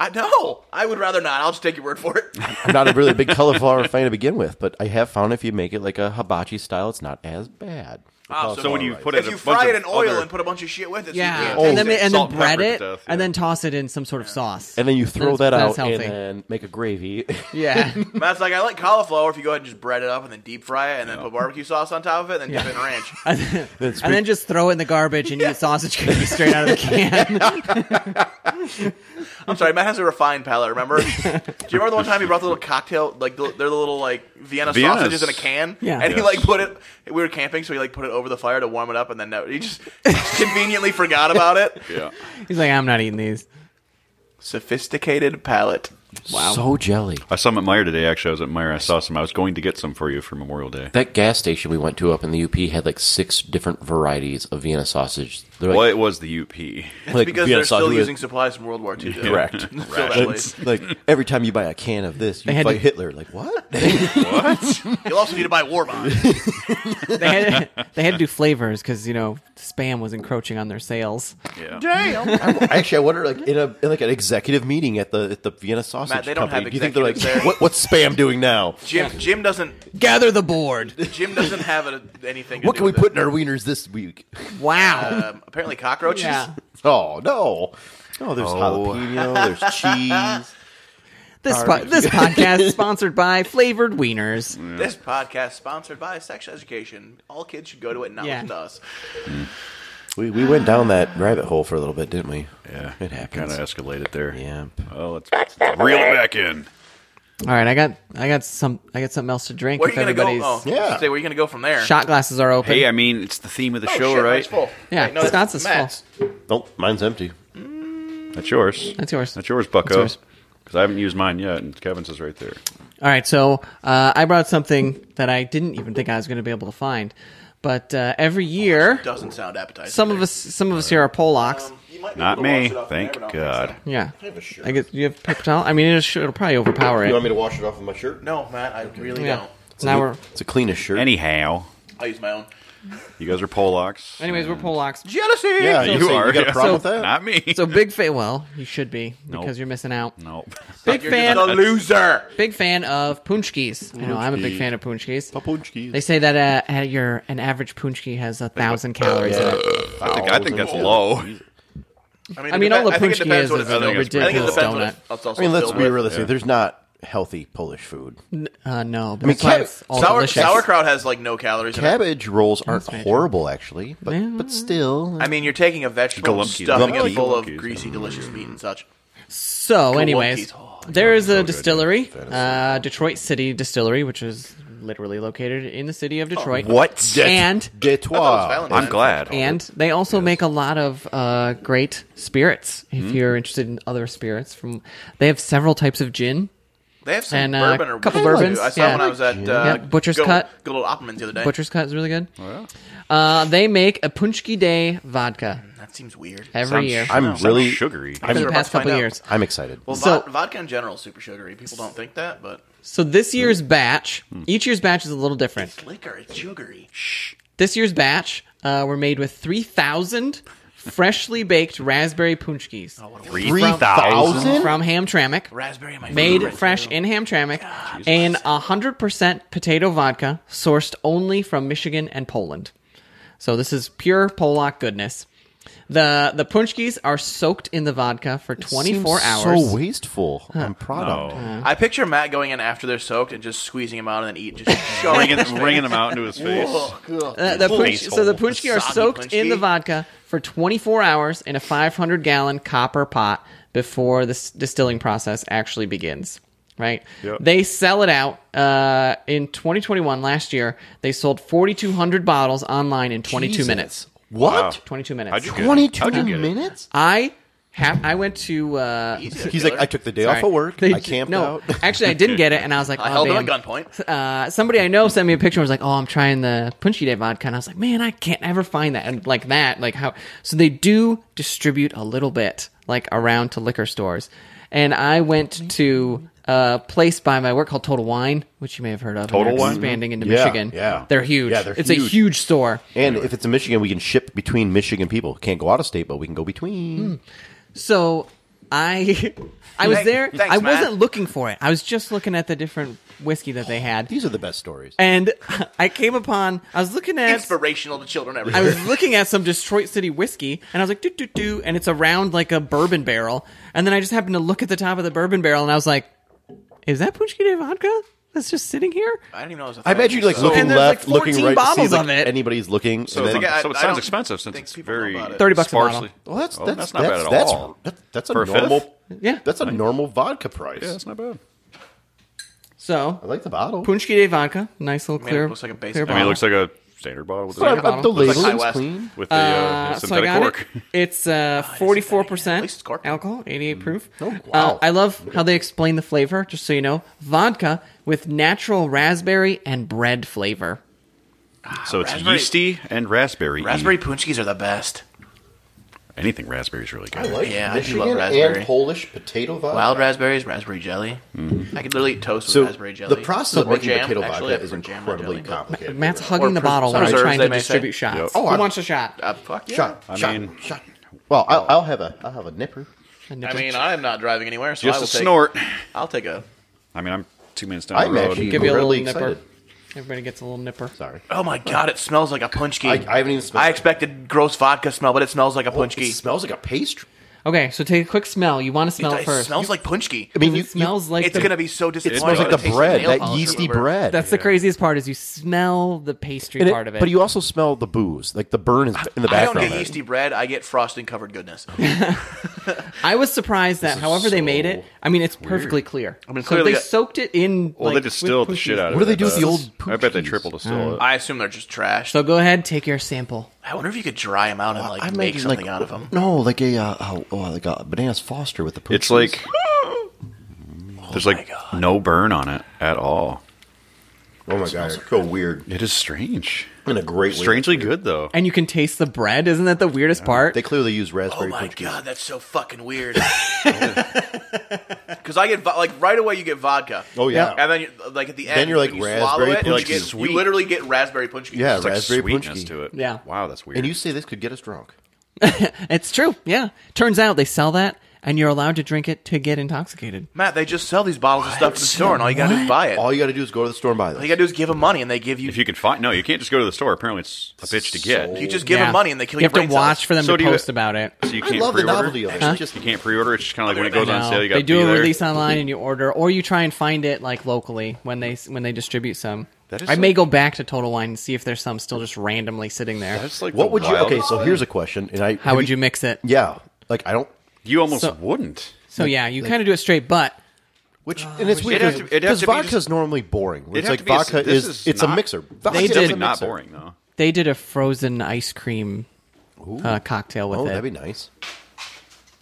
C: I know. I would rather not. I'll just take your word for it.
G: I'm not a really big cauliflower fan to begin with, but I have found if you make it like a hibachi style, it's not as bad.
C: Ah,
F: So when you put it,
C: if
F: in a
C: you
F: bunch
C: fry
F: of
C: it in oil
F: other-
C: and put a bunch of shit with it, so you
A: yeah,
C: can't
G: Oh,
A: and
C: taste
A: then
C: it.
A: and
F: salt
A: then
F: and
A: bread
F: pepper
A: it,
F: to death,
A: and
F: yeah.
A: then toss it in some sort of sauce.
G: And then you throw
A: That's-
G: that out
A: that's healthy.
G: and then make a gravy.
A: yeah,
C: Matt's like, I like cauliflower. If you go ahead and just bread it up and then deep fry it, and then put barbecue sauce on top of it, and then dip it in ranch.
A: and then just throw it in the garbage and eat sausage cookie straight out of the can.
C: I'm sorry, Matt has a refined palate. Remember? Do you remember the one time he brought the little cocktail, like the, they're the little like Vienna
F: Vienna's.
C: sausages in a can?
A: Yeah.
C: And he
F: Yes.
C: like put it. We were camping, so he like put it over the fire to warm it up, and then no, he just conveniently forgot about it.
F: Yeah.
A: He's like, I'm not eating these.
C: Sophisticated palate.
G: So jelly.
F: I saw him at Meyer today. Actually, I was at Meyer. I saw some. I was going to get some for you for Memorial Day.
G: That gas station we went to up in the UP had like six different varieties of Vienna sausage. They're
F: well,
G: like,
F: it was the UP.
G: like
C: Because
G: Vienna
C: they're still
G: sausage with-
C: using supplies from World War II. dude.
G: Correct.
C: Fill that place.
G: It's like every time you buy a can of this, you
A: had
G: fight
A: to-
G: Hitler. Like what?
C: You'll also need to buy war bonds.
A: They had they had to do flavors because you know spam was encroaching on their sales.
F: Yeah.
G: Actually, I wonder like in a in like an executive meeting at the at the Vienna sausage
C: Matt, they don't
G: company.
C: have
G: do you think they're like
C: executives there.
G: what what's spam doing now?
C: Jim Jim doesn't
A: Gather the board.
C: Jim doesn't have a, anything. To
G: What
C: do
G: can we
C: with
G: put in our wieners this week?
A: Wow.
C: it. Um, apparently cockroaches.
A: yeah.
G: Oh no. Oh, there's
F: Oh.
G: jalapeno, there's cheese.
A: This po- this podcast is sponsored by Flavored Wieners.
C: This podcast sponsored by Sex Education. All kids should go to it, not
A: Yeah.
C: listen to us.
G: We we went down that rabbit hole for a little bit, didn't we?
F: Yeah.
G: It happens.
F: Kind of escalated there.
G: Yeah.
F: Oh, let's, let's reel it back in.
A: All right, I got I got some I got something else to drink.
C: Where are
A: if
C: you gonna
A: everybody's
C: go? Oh,
G: Yeah.
C: Say where are you gonna go from there?
A: shot glasses are open.
F: Hey, I mean, it's the theme of the
C: Oh,
F: show,
C: shit,
F: right?
C: mine's full.
A: Yeah,
C: Wait, no,
A: Scott's
C: that's
A: is full.
C: Matt's.
G: Nope, mine's empty.
F: That's yours.
A: That's yours.
F: That's yours, Bucko.
A: yours.
F: Because I haven't used mine yet, and Kevin's is right there.
A: All right, so uh, I brought something that I didn't even think I was going to be able to find, but uh, every year,
C: Doesn't sound appetizing. Um,
A: some of us some of us here are Polacks.
C: You might be
F: Not
C: able to wash
F: me.
C: it off
F: Thank
C: there, but I don't
F: God.
C: think
A: Yeah, I, guess you have paper towel. I mean, it'll, sh- it'll probably overpower it.
G: me to wash it off with my shirt?
C: so. No, Matt, I really
A: yeah.
C: don't.
A: So now we're,
G: It's a cleanish shirt.
F: Anyhow,
C: I use my own.
F: you guys are Polacks.
A: anyways, we're Polacks.
C: Jealousy.
G: yeah,
F: you
G: you
F: are,
G: are. You got
F: yeah.
G: a problem
A: So-
G: with that?
F: Not me.
A: So big fan. Well, you should be because
F: Nope.
A: you're missing out.
F: nope.
A: Big
C: You're
A: fan.
C: just a loser.
A: Big fan of punchkis. I know I'm a big fan of punchkis.
G: Papunchki.
A: They say that uh, at your an average punchki has a thousand calories in it.
F: I think, I think
G: Oh,
F: that's low.
C: mean,
A: I
C: it
A: mean, all
C: depends-
A: the
C: I
A: punchki
C: think it
A: is
C: depends what
A: is
C: it's
A: a
F: I
C: I think it
F: think it's
A: ridiculous
C: depends what
A: donut.
C: it's- it's also
G: I mean, let's
C: filled
G: be
C: with.
G: realistic. There's not healthy Polish food.
A: Uh, no, but
G: mean,
A: that's why
G: cab-
A: it's all
C: Sour,
A: delicious.
C: sauerkraut has like no calories in it.
G: Cabbage rolls aren't horrible, actually, but but still, uh,
C: I mean, you're taking a vegetable and
F: Golubki.
C: stuffing it
F: Golubki.
C: full of
F: Golubki's.
C: greasy, delicious meat and such.
A: So, anyways,
C: Milwaukee's. Oh,
A: there is a
F: good.
A: distillery, uh, Detroit City Distillery, which is literally located in the city of Detroit.
G: what?
A: And
G: Detroit.
F: I'm glad.
A: and they also make a lot of uh, great spirits. If you're interested in other spirits, from they have several types of gin,
C: They have some
A: And, uh,
C: bourbon or
A: couple
C: whiskey, too.
A: bourbons,
C: I saw
A: yeah.
C: when I was at uh,
A: Yeah, Butcher's
C: good
A: Cut.
C: Old, good old Opperman's the other day.
A: Butcher's Cut is really good. Uh, they make a Punchki Day vodka
C: That seems weird.
A: every
F: Sounds-
A: year
G: I'm
F: sounds
G: really-
F: sugary.
A: for
C: we're
A: the
C: about
A: past
C: to find
A: couple
C: out.
A: years.
G: I'm excited.
C: Well,
A: So-
C: vod- vodka in general is super sugary. People don't think that, but
A: So this year's batch, each year's batch is a little different.
C: it's liquor. It's sugary.
A: This year's batch uh, were made with 3,000 freshly baked raspberry punchkis
G: Oh,
F: Three
A: from Hamtramck,
C: Raspberry, my
A: made
C: favorite.
A: fresh in Hamtramck, and 100% potato vodka sourced only from Michigan and Poland. So this is pure Polak goodness. The the punchkis are soaked in the vodka for 24
G: Seems
A: hours. Uh,
G: So wasteful on product.
C: I picture Matt going in after they're soaked and just squeezing them out and then eat, just showing it.
F: Ringing, ringing them out into his face.
A: Uh, the punch,
F: Nice
A: so the
F: hole.
A: punchki are
C: Soggy
A: soaked in
C: punchki.
A: the vodka for 24 hours in a 500 gallon copper pot before the s- distilling process actually begins. Right?
F: Yep.
A: They sell it out uh, in 2021. Last year, they sold 4,200 bottles online in 22
G: Jesus.
A: minutes.
G: What?
F: Wow.
A: 22
F: How'd
A: minutes.
F: you get it? How'd you
G: Twenty-two
F: get it?
G: minutes?
A: I ha- I went to. Uh,
G: He's like, I took the day off of work.
A: They
G: I
A: ju-
G: camped
A: no,
G: out.
A: actually, I didn't get it, and I was like,
C: I
A: oh,
C: held him
A: damn.
C: at gunpoint.
A: uh, somebody I know sent me a picture and was like, "Oh, I'm trying the Punchy Day vodka," and I was like, "Man, I can't ever find that." And like that, like how? So they do distribute a little bit, like around to liquor stores. And I went to a place by my work called Total Wine, which you may have heard of. and
F: Total
A: they're
F: Wine?
A: expanding into
G: Yeah,
A: Michigan.
G: yeah.
A: they're huge.
G: Yeah, they're
A: it's a
G: huge.
A: huge store.
G: and if it's in Michigan, we can ship between Michigan people. Can't go out of state, but we can go
A: Hmm.
G: between.
A: So I I was
C: Hey,
A: there.
C: thanks,
A: I
C: Matt.
A: wasn't looking for it. I was just looking at the different whiskey that they had.
G: These are the best stories.
A: And I came upon I was looking at
C: Inspirational to children
A: I
C: everywhere.
A: was looking at some Detroit City whiskey and I was like doo doo doo and it's around like a bourbon barrel. And then I just happened to look at the top of the bourbon barrel and I was like, Is that Punchki de vodka? That's just sitting here?
C: I didn't even know it was a
G: I imagine you like
C: thing.
G: looking
A: And there's, like,
G: left, looking
A: 14
G: right, to see
A: bottles
G: if, like,
A: of it.
G: anybody's looking.
F: So,
G: and
F: it's-
G: then,
C: again, I-
F: so it
C: I
F: sounds
C: don't
F: expensive since
C: think
F: it's
C: people
F: very
C: know about it.
A: 30 bucks a
F: sparsely.
A: bottle.
G: well, that's
F: Oh,
G: that's
F: that's not bad at
G: that's,
F: all.
G: That's, that's a
F: For a fifth?
G: normal.
A: Yeah.
G: that's a normal vodka price.
F: Yeah, that's not bad.
G: I
A: So
G: like the bottle.
A: Punchki de vodka, nice little
C: Man, it
A: clear.
C: looks like a basic-
A: clear
F: I mean, it
A: bottle.
F: looks like a standard bottle with,
G: But
F: the,
A: like a
G: I- I- the
A: bottle. Looks
G: label
C: like High
G: is
C: West.
G: clean.
F: with the uh,
A: Uh, so I
F: synthetic
A: got
F: cork.
A: it. It's
C: Ah,
A: uh,
C: At least it's
A: 44%
C: cork. Mm.
A: alcohol, 88proof.
G: Oh,
A: Uh,
G: wow.
A: I love how they explain the flavor, just so you know. Vodka with natural raspberry and bread flavor.
F: So it's
C: Raspberry-
F: yeasty and raspberry.
C: Raspberry punchkis are the best.
F: Anything raspberry is really good.
G: like
C: Yeah, I do Michigan love raspberry. and
G: Polish potato vodka.
C: Wild raspberries, raspberry jelly. I could literally eat toast with
G: Mm-hmm. So
C: raspberry jelly.
G: the process of
C: Or
G: making
C: jam,
G: potato
C: actually, I
G: vodka is
C: prefer jam or
G: incredibly
C: jelly, but-
G: complicated.
A: Matt's hugging the
C: pres-
A: bottle while I'm
C: preserves,
A: trying
C: they
A: to
C: may say.
A: distribute shots.
F: Yep.
A: Oh,
G: Oh,
A: Who
G: I'm-
A: wants a shot?
C: Uh, fuck yeah.
G: Shot,
F: I
G: shot,
F: mean-
G: shot. Well, I'll, I'll have a, I'll have a nipper.
C: I mean, I'm not driving anywhere, so I
F: Just
C: will
F: a
C: take,
F: snort.
C: I'll take a.
F: I mean, I'm two minutes down
G: I'm
F: the road.
G: actually
A: Give you a
G: really
A: little
G: excited.
A: nipper. Everybody gets a little nipper.
G: Sorry.
C: Oh my god, it smells like a punchki.
G: I- I haven't even smelled
C: I
G: it.
C: expected gross vodka smell, but it smells like a
G: It
C: punchki.
G: smells like a pastry.
A: Okay, so take a quick smell. You want to
C: It,
A: smell it,
C: it
A: first.
C: smells like punchki.
G: I mean,
A: It
G: you,
A: smells like
C: it's
A: the-
C: gonna be so disappointing.
G: you, it smells like
C: when
G: the
C: tastes
G: bread,
C: nail
G: that
C: polish or
G: yeasty
C: whatever.
G: bread.
A: That's the craziest part is you smell the pastry
G: And it-
A: part of it.
G: But you also smell the booze, like the burn is in the
C: I don't
G: background.
C: get yeasty bread. I get frosting covered goodness.
A: I was surprised that however they made it, I mean, it's perfectly clear. I
C: mean,
A: so
C: clearly
A: they
C: that-
A: soaked it in.
F: Well,
A: like,
F: they distilled the
A: with
F: shit
A: Punchi's.
F: out of it.
G: What do they do
F: I
G: with the
F: bet.
G: old
F: I bet they
G: Punchis?
F: triple
A: Uh,
F: distill it.
C: I assume they're just trash.
A: So go ahead, take your sample.
C: I wonder if you could dry them out and like make something out of them.
G: No, like a uh, oh, oh, like a bananas Foster with the. Pooch
F: It's like there's like
C: God.
F: no burn on it at all.
G: oh my god, so weird
F: It is strange.
G: in a great way.
F: Strangely good though.
A: And you can taste the bread. Isn't that the weirdest part?
G: They clearly use
C: Oh
G: raspberry.
C: my
G: Punch
C: god, that's so fucking weird. Because I get vo- like right away, you get vodka.
G: Oh, yeah.
C: and then you, like at the end,
G: Then you're like
C: you
G: raspberry
C: swallow it,
G: punch
C: you, get,
F: juice.
C: you literally get raspberry punch. juice.
G: Yeah,
F: It's like
G: raspberry
F: sweetness
G: punchki.
F: to it.
A: Yeah.
F: Wow, that's weird.
G: and you say this could get us drunk.
A: it's true. Yeah. Turns out they sell that, and you're allowed to drink it to get intoxicated.
C: Matt, they just sell these bottles of stuff in the store, and all you gotta do is buy it. All
G: All you got to do is go to the store and buy
C: you
G: this.
C: gotta do is give them money, and they give you.
F: if you can find no, you can't just go to the store. Apparently, it's a bitch to get.
C: You just give
A: Yeah.
C: them money, and they kill
A: You
C: your
A: have to
C: brain
A: watch
C: cells.
A: for them
F: So
A: to
F: do you-
A: post about it.
F: so you
G: I
F: can't
G: love the
F: pre-order.
G: novelty of it. It's just
F: You can't pre-order. It's just kind of like when it goes on
A: No,
F: sale. You got
A: they do
F: be
A: a
F: there.
A: release online and you order, or you try and find it like locally when they when they distribute some.
F: That is
A: I may
F: so-
A: go back to Total Wine and see if there's some still just randomly sitting there.
F: That's like
G: What
F: the
G: would you?
F: wild-
G: Okay, so here's a question, and I
A: How would you mix it?
G: Yeah, like I don't.
F: you almost
A: so-
F: wouldn't.
A: So yeah, you kind of do it straight, but
G: Which
A: Oh,
G: and it's weird
F: It'd have to- it'd have
G: because
F: to be
G: vodka's
F: just-
G: normally boring. It's
F: have
G: like
F: to be a-
G: vodka
F: this
G: is,
F: is
G: it's a
F: not-
G: mixer.
A: They
G: Vodka's
A: did-
G: a
F: It's not
G: mixer.
F: boring though.
A: they did a frozen ice cream uh, cocktail with
G: Oh,
A: it.
G: that'd be nice.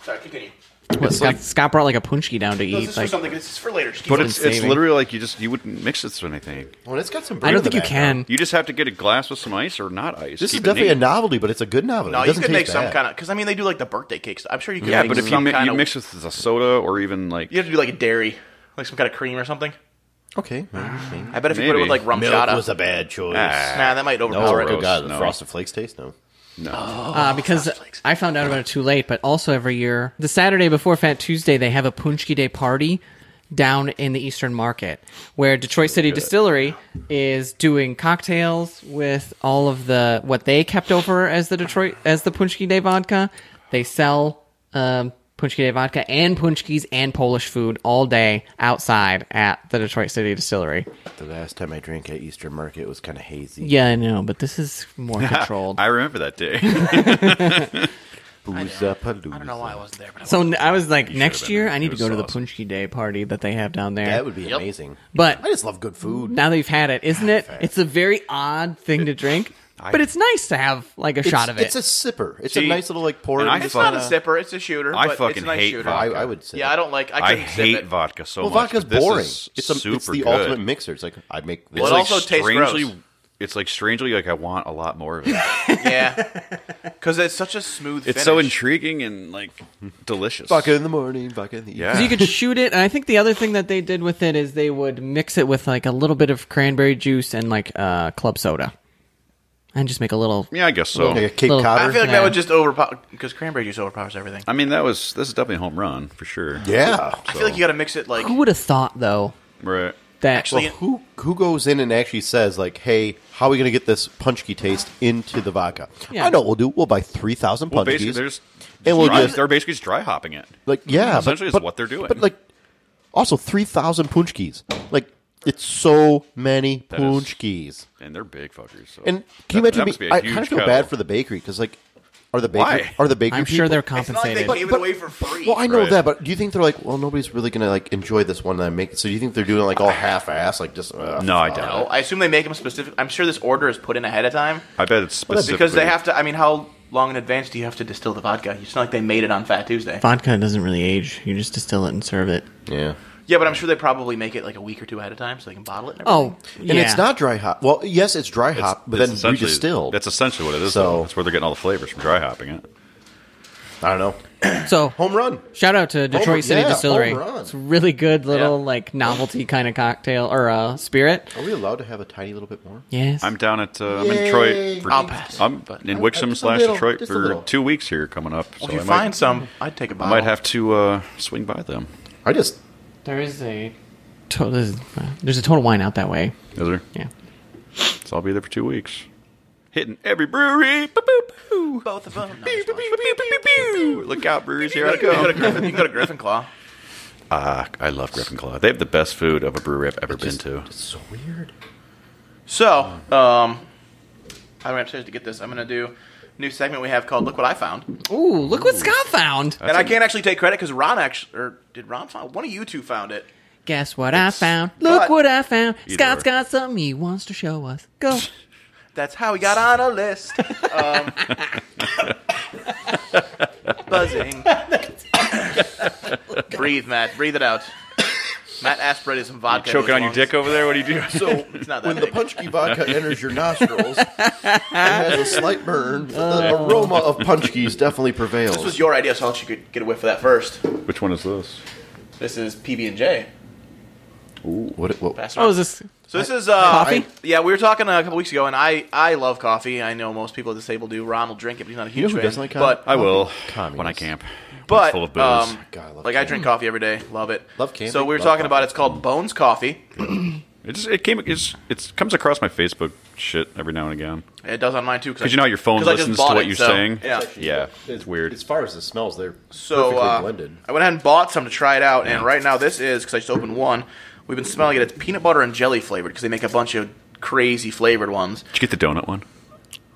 C: Sorry, continue.
A: What, Scott, Scott brought like a punchki down to
C: No,
A: eat.
C: this is for
A: Like,
C: something. This is for later. Just keep
F: But
C: going.
F: it's it's
A: saving.
F: literally like you just you wouldn't mix this with anything.
G: Well, and it's got some.
A: I don't think you can.
F: You just have to get a glass with some ice or not ice.
G: This is
F: Keep it
G: definitely a
F: neat.
G: novelty, but it's a good novelty.
C: no,
G: it
C: you
G: doesn't
C: could make
G: taste
C: some
G: bad.
C: kind of because I mean they do like the birthday cakes. I'm sure you could.
F: Yeah,
C: make
F: but if you
C: some
F: mi-
C: kind
F: you
C: of-
F: mix it with a soda or even like
C: you have to do like a dairy, like some kind of cream or something.
G: Okay. maybe.
C: I bet if you put it
F: Maybe.
C: with like rum
G: Milk
C: chata,
G: was a bad choice.
F: Ah.
C: nah, that might
G: no,
C: overpower
G: oh,
C: it.
F: gross,
G: God, the
F: no.
G: frosted flakes taste no.
A: uh, because I found out about it too late, but also every year, the Saturday before Fat Tuesday, they have a punchki day party down in the Eastern Market, where Detroit City Distillery is doing cocktails with all of the what they kept over as the Detroit as the punchki day vodka. They sell um, punchki day vodka and punchkis and Polish food all day outside at the Detroit City Distillery.
G: The last time I drank at Eastern Market, it was kind of hazy.
A: Yeah, I know, but this is more controlled.
F: ah, I remember that day.
G: Booze up a
C: I don't know why I wasn't there, but I
A: So n- I was like, next
F: been
A: year
F: there.
A: I need
F: It
A: to
F: was
A: go to the
F: awesome.
A: Punchki Day party that they have down there.
G: That would be
C: Yep.
G: amazing.
A: but
G: I just love good food.
A: now that you've had it, isn't it? It's a very odd thing to drink, but it's nice to have like a shot of it.
G: It's a sipper. It's a
F: See?
G: nice little like pour.
F: And
G: and
F: I
G: just
C: It's not a
G: kinda-
C: sipper. It's a shooter.
F: I
C: but it's
F: fucking
C: a nice
F: hate
C: shooter.
F: vodka.
G: I, I would say.
C: Yeah, I don't like. I,
F: I,
C: couldn't sip
F: hate
C: it.
F: vodka so
G: Well,
F: much.
G: vodka's
F: but this
G: boring.
F: Is
G: It's, a,
F: super
G: it's the
F: good.
G: ultimate mixer. It's like I make this.
F: It's
C: Well,
F: like
C: also tastes
F: strangely,
C: gross.
F: it's like strangely like I want a lot more of it.
C: Yeah, because it's such a smooth.
F: it's
C: finish.
F: so intriguing and like delicious.
G: vodka in the morning, vodka in the evening.
F: Yeah.
A: 'Cause you could shoot it, and I think the other thing that they did with it is they would mix it with like a little bit of cranberry juice and like uh, club soda, and just make a little.
F: yeah, I guess so.
G: Like a Cape
A: Little-
G: Codder.
C: I feel like
A: Yeah.
C: that would just overpower because cranberry juice overpowers everything.
F: I mean, that was this is definitely a home run for sure.
G: yeah.
C: I feel like you got to mix it like
A: Who would have thought though
F: Right.
A: that
C: Actually-
G: Well, who who goes in and actually says like, "Hey, how are we going to get this punchki taste into the vodka?"
A: Yeah.
G: I know what we'll do. We'll buy three thousand
F: Well, basically,
G: punchkis.
F: there's
G: And we'll
F: dry-
G: just-
F: they're basically just dry hopping it.
G: like, yeah, but-
F: essentially is
G: but-
F: what they're doing.
G: But like, also three thousand punchkis. Like, it's so many
F: is-
G: punchkis.
F: and they're big fuckers. So
G: And can
F: that-
G: you
F: that
G: imagine?
F: must
G: Me,
F: be a
G: I
F: huge
G: kind of feel
F: kettle.
G: bad for the bakery because like, are the bakery
F: Why?
G: are the bakery?
A: I'm sure
G: people-
A: they're
C: It's not like
A: compensated.
C: they gave
G: But-
C: it away for free.
G: Well, I know
F: Right.
G: that, but do you think they're like, well, nobody's really gonna like enjoy this one that I make? So do you think they're doing like all half-ass, like just uh,
F: No, I doubt
C: No, oh, I assume they make them specific. I'm sure this order is put in ahead of time
F: it. I bet it's specific
C: because they have to. I mean, how long in advance do you have to distill the vodka? It's not like they made it on Fat Tuesday.
A: Vodka doesn't really age. You just distill it and serve it.
G: yeah.
C: Yeah, but I'm sure they probably make it like a week or two ahead of time so they can bottle it. And everything.
A: Oh,
G: And it's not dry hop. Well, yes, it's dry hop, but then redistilled.
F: That's essentially what it is.
G: So-
F: though. that's where they're getting all the flavors from dry hopping it.
G: I don't know.
A: So
G: Home run.
A: shout out to Detroit
G: Home-
A: City
G: yeah,
A: Distillery.
G: home run.
A: It's a really good little
C: Yeah.
A: like novelty kind of cocktail or uh, spirit.
G: Are we allowed to have a tiny little bit more?
A: Yes.
F: I'm down at uh, I'm in
G: Yay.
F: Detroit. For,
C: I'll pass.
F: I'm in Wixom
G: just a
F: slash
G: little,
F: Detroit
G: just a
F: for
G: little.
F: two weeks here coming up.
C: Well,
F: so
C: if you
F: I might,
C: find some, I'd take a
F: I
C: bottle.
F: might have to uh, swing by them.
G: I just
A: there is a to- there's, uh, there's a total wine out that way.
F: Is there?
A: Yeah.
F: So I'll be there for two weeks, hitting every brewery. Boop, boop, boop.
C: both of them. No,
F: Boop, boop, boop, boop, boop, boop. Look out, breweries! Here I
C: you, can go to
F: go.
C: Griffin, you can go to Griffin Claw.
F: Ah, I love Griffin Claw. They have the best food of a brewery I've ever been to.
G: It's so weird.
C: So, um, I went upstairs to get this. I'm going to do a new segment we have called Look What I Found.
A: Ooh, look what Scott found.
F: Uh,
C: and I can't actually take credit because Ron actually, or did Ron find One of you two found it.
A: Guess what I found? Look
C: But-
A: what I found. Scott's
F: or.
A: got something he wants to show us. Go.
C: That's how we got on a list. Um, buzzing. breathe, Matt. Breathe it out. Matt aspirated some vodka. in
F: Choking
C: his
F: on your
C: lungs.
F: dick over there? What do you do?
C: So it's not that
G: When the
C: big.
G: punchki vodka enters your nostrils, it has a slight burn. The
F: Uh.
G: aroma of punchkis definitely prevails.
C: This was your idea, so I'll let you get- get a whiff of that first.
F: Which one is this?
C: This is PB and J.
G: what, what,
A: Oh, is this?
C: So this is uh,
A: Coffee?
C: I- yeah, we were talking uh, a couple weeks ago, and I I love coffee. I know most people at this table do. Ron will drink it, but he's not a huge
G: who
C: fan.
G: doesn't like coffee?
C: but
F: I will
G: Communist.
F: when I camp.
C: but
F: It's full of booze.
C: um,
G: God, I love
C: like I
G: candy.
C: drink coffee every day, love it.
G: Love candy,
C: So we were
G: love
C: talking about
G: coffee.
C: it's called Bones Coffee.
F: it just it came it's, it's comes across my Facebook shit every now and again
C: It does on mine too
F: because you know how your phone
C: 'cause I just
F: listens to
C: bought
F: what
C: it,
F: you're
C: so,
F: saying.
C: Yeah.
F: yeah, it's weird.
G: As far as the smells, they're
C: So
G: perfectly
C: uh, I
G: blended.
C: went ahead and bought some to try it out, and right now this is because I just opened one. We've been smelling it. It's peanut butter and jelly flavored because they make a bunch of crazy flavored ones.
F: Did you get the donut one?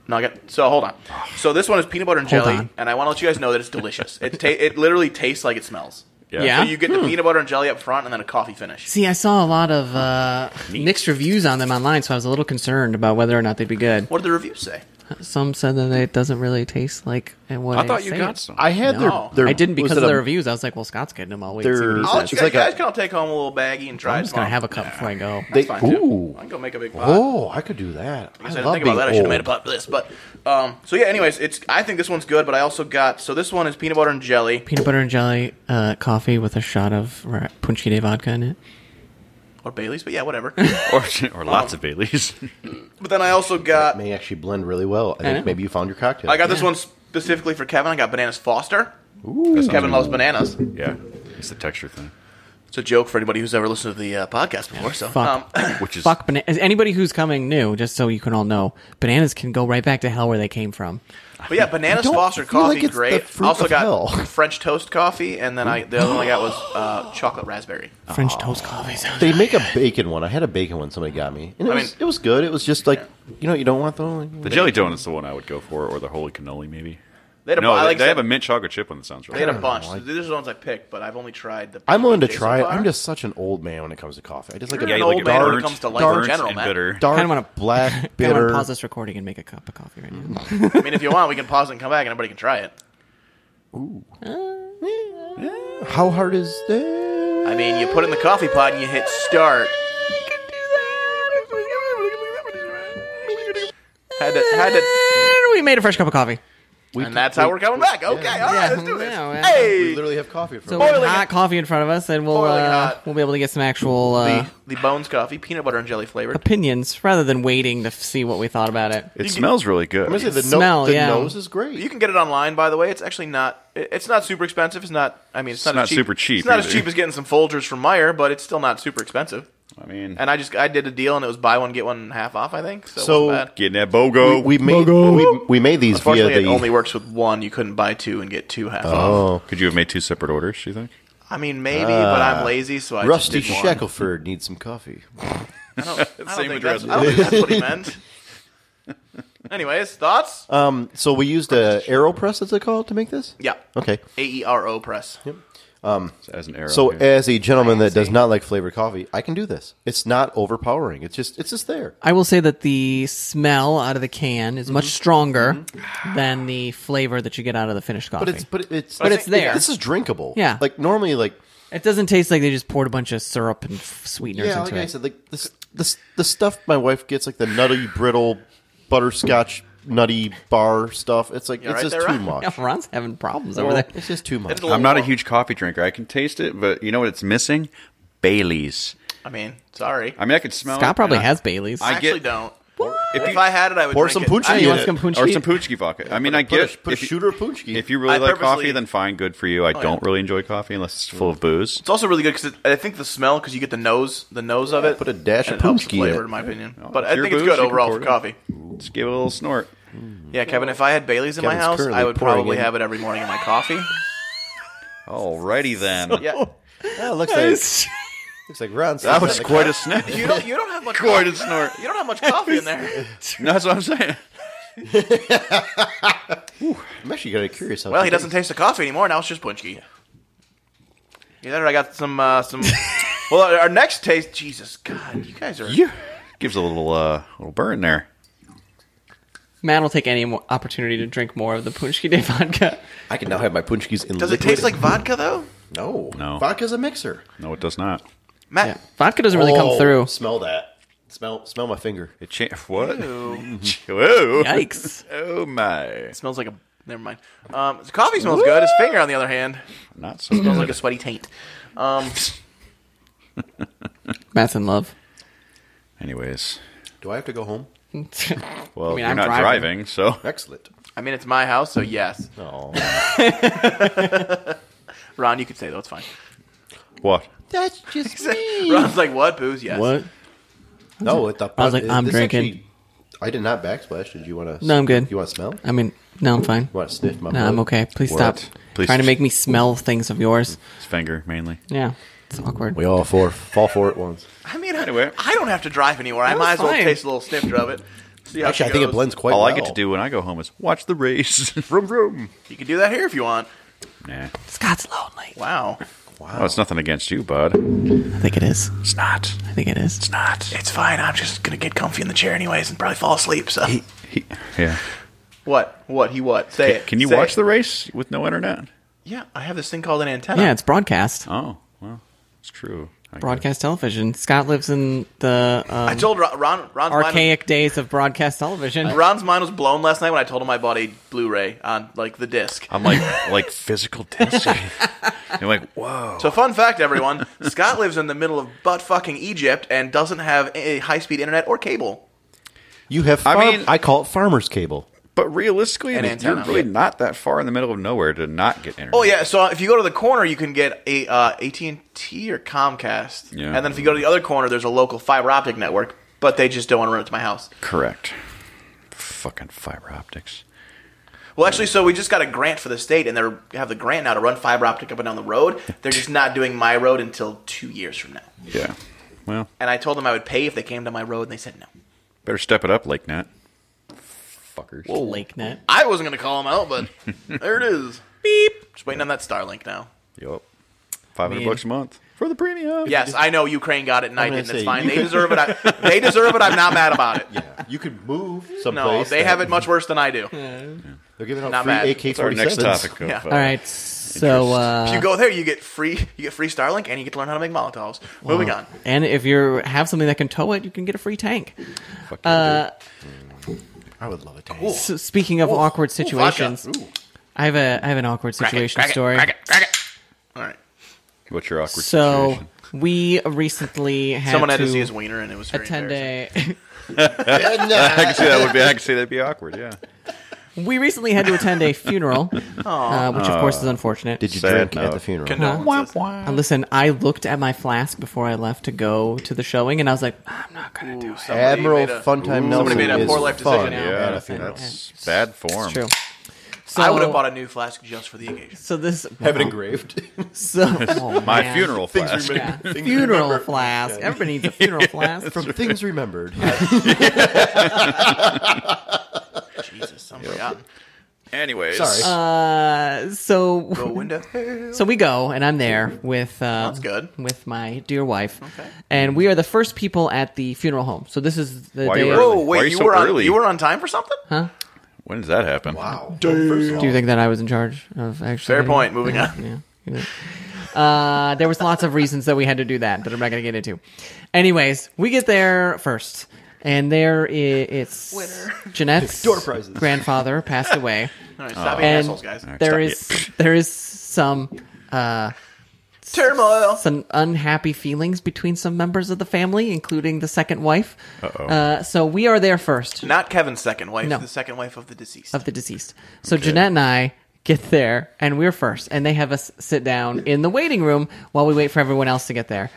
C: No, I got so hold on. So this one is peanut butter and
A: Hold
C: jelly,
A: on.
C: and I want to let you guys know that it's delicious. it ta- it literally tastes like it smells.
A: Yeah? Hmm.
C: So you get the peanut butter and jelly up front, and then a coffee finish.
A: See, I saw a lot of uh,
F: Neat.
A: mixed reviews on them online, so I was a little concerned about whether or not they'd be good.
C: What did the reviews say?
A: Some said that it doesn't really taste like what
F: I thought you
A: say
F: got
A: it.
F: some.
G: I had
C: No.
G: their, their.
A: I didn't
G: was
A: because
G: it
A: of the
G: a- Oh,
A: reviews. I was like, well, Scott's getting them. I'll wait. And see what he
G: They're-
A: says.
C: I'll let
G: It's
C: you guys,
G: like a-
C: guys can all take home a little baggie and try.
A: I'm
C: it
A: just gonna
C: tomorrow.
A: have a cup before I go.
G: They,
C: Fine, too.
G: ooh.
C: I can go make a big pot.
G: Oh, I could do that. I,
C: I didn't
G: love
C: think about
G: being
C: that. I should
G: old.
C: have made a pot for this. But um, so yeah. Anyways, it's I think this one's good, but I also got so this one is peanut butter and jelly.
A: Peanut butter and jelly uh, coffee with a shot of ra- punchki de vodka in it.
C: or Bailey's, but yeah, whatever.
F: or, or lots of Baileys.
C: but then I also got
G: may actually blend really well. I
A: know.
G: think maybe you found your cocktail.
C: I got this one specifically for Kevin. I got bananas Foster.
F: That sounds
C: Kevin
F: good.
C: loves bananas.
F: Yeah, it's the texture thing,
C: It's a joke for anybody who's ever listened to the uh, podcast before. So um,
A: Fuck.
F: which is
A: Fuck bananas. Anybody who's coming new, just so you can all know, bananas can go right back to hell where they came from.
C: But yeah, bananas
G: don't
C: foster
G: feel like
C: coffee,
G: it's
C: great.
G: the fruit
C: also
G: of
C: got
G: hell.
C: French toast coffee, and then I the other one I got was uh, chocolate raspberry.
A: French toast coffee sounds.
G: They make a bacon one. I had a bacon one somebody got me. And it,
C: I
G: was,
C: mean-
G: it was good. It was just like, you know, you don't want the.
F: the jelly donut's the one I would go for, or the holy cannoli maybe.
C: They had a
F: No,
C: bu-
F: they,
C: like I
F: they
C: said,
F: have a mint chocolate chip on the sounds
C: They
F: right.
C: had a bunch. These are the ones I picked, but I've only tried the.
G: I'm willing to
C: Jason
G: try it.
C: bar.
G: I'm just such an old man when it comes to coffee. I just like
C: You're
G: a
C: an
F: you
C: old
F: at
C: man when it
F: burnt-
C: comes to life in
F: burnt
C: general,
F: and
C: Matt.
F: bitter.
G: dark,
A: Kinda wanna-
G: black,
A: I want
G: bitter.
A: to pause this recording and make a cup of coffee right now.
C: I mean, if you want, we can pause and come back, and everybody can try it.
G: How hard is that?
C: I mean, you put it in the coffee pot and you hit start. Had to, had to,
A: And we made a fresh cup of coffee.
C: and that's how we're coming back. Okay, all right, let's do this.
A: Yeah, well,
G: We
C: Hey,
G: literally have coffee for
A: So
G: a
A: we have
C: Boiling
A: hot
C: hot.
A: coffee in front of us, and we'll
C: Boiling
A: uh,
C: hot.
A: we'll be able to get some actual uh,
C: the, the Bones coffee, peanut butter and jelly flavored.
A: opinions rather than waiting to f- see what we thought about it.
F: It smells really
G: I'm gonna say
F: good.
G: the, no-
A: Smell,
G: the
A: yeah.
G: nose is great.
C: You can get it online, by the way. It's actually not. it- It's not super expensive. It's not. I mean, it's, not,
F: not
C: as cheap.
F: super cheap
C: It's not as
F: either.
C: cheap as getting some Folgers from Meyer, but it's still not super expensive.
F: I mean,
C: And I just I did a deal, and it was buy one get one half off. I think so. it
G: So-
C: wasn't bad.
F: getting that bogo.
G: we made we, we made these via
C: Unfortunately,
G: the
C: it only works with one. You couldn't buy two and get two half off.
G: oh
F: Could you have made two separate orders? Do you think?
C: I mean, maybe, but I'm lazy, so I
G: Ah. Rusty
C: just did one.
G: Shackelford needs some coffee.
C: I don't, I don't
F: Same
C: think
F: address.
C: That's, I don't think that's what he meant. Anyways, thoughts?
G: Um, so we used a Aeropress, as they call it, to make this.
C: yeah.
G: Okay.
C: A E R O press.
F: As an arrow.
G: So
F: yeah.
G: as a gentleman that does not like flavored coffee, I can do this. It's not overpowering. It's just it's just there.
A: I will say that the smell out of the can is
G: Mm-hmm.
A: much stronger than the flavor that you get out of the finished coffee.
G: But it's but it's
A: But it's there.
G: This is drinkable.
A: Yeah.
G: Like normally, like
A: it doesn't taste like they just poured a bunch of syrup and f- sweeteners
G: yeah,
A: into
G: like I
A: it.
G: said, like this this the stuff my wife gets, like the nutty brittle butterscotch nutty bar stuff. It's like
C: You all
G: it's
C: right
G: just
C: there,
G: too
C: Ron?
G: much.
A: Yeah, Ron's having problems over there.
G: It's just too much.
C: It's a
F: I'm not a
C: little-
F: huge coffee drinker. I can taste it, but you know what? It's missing Bailey's.
C: I mean, sorry.
F: I mean, I could smell. it,
A: Scott probably
F: and I-
A: has Bailey's.
C: I
F: I
C: actually
F: get-
C: don't.
F: If
C: If,
F: you,
C: I had it, I would
G: Pour
C: drink
G: some
C: it.
G: punch
C: I-
A: you
G: in
A: want
G: it.
A: some punch
F: or
A: tea?
F: some Poochki vodka. I mean, I
G: Put a-
F: get
G: put a
F: if you-
G: shooter Poochki.
F: If you really
C: I
F: like coffee,
C: purposely-
F: then fine, good for you. I don't really enjoy coffee unless it's full of booze.
C: It's also really good because I think the smell because you get the nose, the nose of it.
G: Put a dash
C: and
G: of
C: it helps the
G: Poochki in
C: flavor,
G: it.
C: in my opinion. But I
F: If you're
C: think it's
F: booze,
C: good
F: you can
C: overall
F: pour
C: for
F: it.
C: coffee.
F: Just give it a little snort.
C: Yeah, Kevin. If I had Bailey's in
G: Kevin's
C: my house,
G: currently
C: I would
G: pouring
C: probably
G: in.
C: have it every morning in my coffee.
F: Alrighty then.
C: Yeah,
G: Yeah, it looks like looks like Ron.
F: That was quite a snort.
C: you don't. You don't have much.
F: quite
C: Coffee.
F: a snort.
C: You don't have much coffee in there.
F: No, that's what I'm saying.
G: I'm actually kind of curious. How
C: Well,
G: it
C: he doesn't
G: tastes.
C: taste the coffee anymore. Now it's just punchki. Either I got some uh, some. well, our- our next taste. Jesus God, you guys are.
F: Yeah. Gives a little uh little burn there.
A: Matt will take any mo- opportunity to drink more of the Punchki Day vodka.
G: I can now have my punchkis in.
C: Does
G: liquid.
C: it taste like vodka though?
G: no?
F: No.
G: Vodka's a mixer.
F: No, it does not.
A: Yeah.
C: Matt,
A: Vodka doesn't really
G: Oh,
A: come through.
G: Smell that. Smell smell my finger.
F: It cha- what? Whoa.
A: Yikes.
F: Oh my.
C: it smells like a. Never mind. Um, the coffee smells good. His finger, on the other hand,
F: Not so
C: smells like
F: good.
C: a sweaty taint. Um,
A: Matt's in love.
F: Anyways.
G: Do I have to go home?
F: Well,
A: I mean,
F: you're
A: I'm
F: not driving,
A: driving.
F: so
G: Excellent.
C: I mean, it's my house, so yes.
G: No.
C: Ron, you could say though. It's fine.
F: what?
G: That's just me.
C: Ron's like, what booze? Yes.
G: No, at the
A: I was like, I'm
G: this
A: drinking.
G: actually- I did not backsplash. Did you want to?
A: No, I'm good.
G: You want to smell?
A: I mean, no, I'm fine.
G: You want to sniff my?
A: No, I'm
G: blood?
A: okay. Please
F: What?
A: stop
F: Please
A: trying to
F: just-
A: make me smell things of yours.
F: It's finger mainly.
A: Yeah, it's awkward.
G: We all four fall for it once.
C: I mean,
F: Anyway.
C: I, I don't have to drive anywhere. I
A: That
C: might
A: was
C: as well
A: fine.
C: taste a little snifter of it. See how
G: Actually, I think it
C: goes.
G: blends quite
F: All
G: well.
F: I get to do when I go home is watch the race. vroom vroom.
C: You can do that here if you want.
F: Nah.
A: Scott's lonely.
C: Wow.
F: Oh, it's nothing against you, bud.
A: I think it is.
F: It's not.
A: I think it is.
F: It's not.
C: It's fine. I'm just gonna get comfy in the chair anyways and probably fall asleep. So
F: He, yeah.
C: what? What? He what? Say it.
F: Can you
C: Say
F: watch
C: it.
F: the race with no internet?
C: Yeah, I have this thing called an antenna.
A: Yeah, it's broadcast.
F: Oh, well, it's true. I guess.
A: uh, Broadcast television. Scott lives in the
C: I
A: um,
C: told Ron. Ron Ron's Mind,
A: archaic days of broadcast television.
C: Ron's mind was blown last night when I told him I bought a Blu-ray on like the disc.
F: I'm like like physical disc. I'm like, whoa.
C: So fun fact, everyone: Scott lives in the middle of butt fucking Egypt and doesn't have a high-speed internet or cable.
G: You have.
F: I
G: Farm- I
F: mean-
G: call it farmer's cable.
F: But realistically,
C: An
F: you're
C: antenna.
F: really not that far in the middle of nowhere to not get internet.
C: Oh yeah, so if you go to the corner, you can get a uh, AT and T or Comcast,
F: Yeah.
C: and then if you go to the other corner, there's a local fiber optic network, but they just don't want to run it to my house.
F: Correct. Fucking fiber optics.
C: Well, actually, so we just got a grant for the state, and they have the grant now to run fiber optic up and down the road. They're just not doing my road until two years from now.
F: Yeah. Well,
C: And I told them I would pay if they came to my road, and they said no.
F: better step it up, LakeNet.
D: fuckers.
A: Oh. Lake net.
C: I wasn't gonna call him out, but there it is. Beep. Just waiting on that Starlink now.
F: Yep. Five hundred
A: Man.
F: bucks a month for the premium.
C: Yes, I know Ukraine got it and I
G: gonna
C: didn't. It's
G: say,
C: fine. They deserve it. I, they deserve it. I'm not mad about it.
G: You could move
C: No,
G: someplace.
C: they have it much worse than I do.
G: They're giving out
C: Not
G: free
C: bad.
G: AK
F: That's our next topic.
G: 47s.
F: Of,
C: Yeah.
F: uh,
A: All right. So
C: If you
A: uh,
C: go there, you get free, you get free Starlink, and you get to learn how to make Molotovs. Moving on.
A: and if you have something that can tow it, you can get a free tank.
F: fuck you,
A: Uh,
G: I would love it.
A: so speaking of awkward situations,
C: Ooh, vodka.
A: I have a I have an awkward
C: Crack it,
A: situation
C: crack it,
A: story.
C: crack it, crack it. All right.
F: dude. What's your awkward
A: So
F: situation?
A: we recently had
C: Someone
A: to
C: had to see his wiener, and it was very
A: attend
C: embarrassing.
A: a
F: I can see that would be. I can see that'd be awkward. Yeah.
A: we recently had to attend a funeral, uh, which of course is unfortunate.
G: Did you
F: Sad
G: drink at
F: note.
G: the funeral?
C: Condolences.
A: Uh, listen, I looked at my flask before I left to go to the showing, and I was like, ah, I'm not gonna do
C: Ooh,
A: it.
C: somebody
G: Admiral
C: made a-
G: Funtime Nelson
C: somebody made a
G: is
C: poor life
G: fun.
C: decision.
A: Yeah,
F: Yeah,
A: that's-
F: that's bad form.
A: It's true. So,
C: Hmm. I would have bought a new flask just for the occasion.
A: So this
G: Have it engraved.
A: so oh,
F: My
A: man.
F: funeral flask.
A: Yeah. Funeral flask. Everybody needs a funeral flask.
G: From things remembered.
C: Jesus, I'm forgotten.
F: Anyways,
G: Sorry.
A: Uh, so
C: Go window. Hell.
A: So we go, and I'm there with uh,
C: That's good.
A: with my dear wife, and we are the first people at the funeral home. So this is the
F: Why are
A: day.
F: you
C: Whoa,
F: Why are
C: wait,
F: you
C: you
F: so
C: were on,
F: early?
C: you were on time for something?
F: when does that happen? Wow.
A: Do you think that I was in charge of actually?
C: Fair
A: getting-
C: point. Moving on.
A: Yeah. Uh, there was lots of reasons that we had to do that that I'm not going to get into. Anyways, we get there first, and there i- it's Jeanette's
G: Door prizes.
A: grandfather passed away.
C: All right,
F: Uh,
C: stop being
A: and
C: assholes, guys.
A: there
F: stop
A: is there is some
C: Turmoil.
A: some unhappy feelings between some members of the family, including the second wife. Uh, so we are there first
C: Not Kevin's second wife.
A: No.
C: The second wife of the deceased.
A: of the deceased. So Jeanette and I get there, and we're first, and they have us sit down in the waiting room while we wait for everyone else to get there.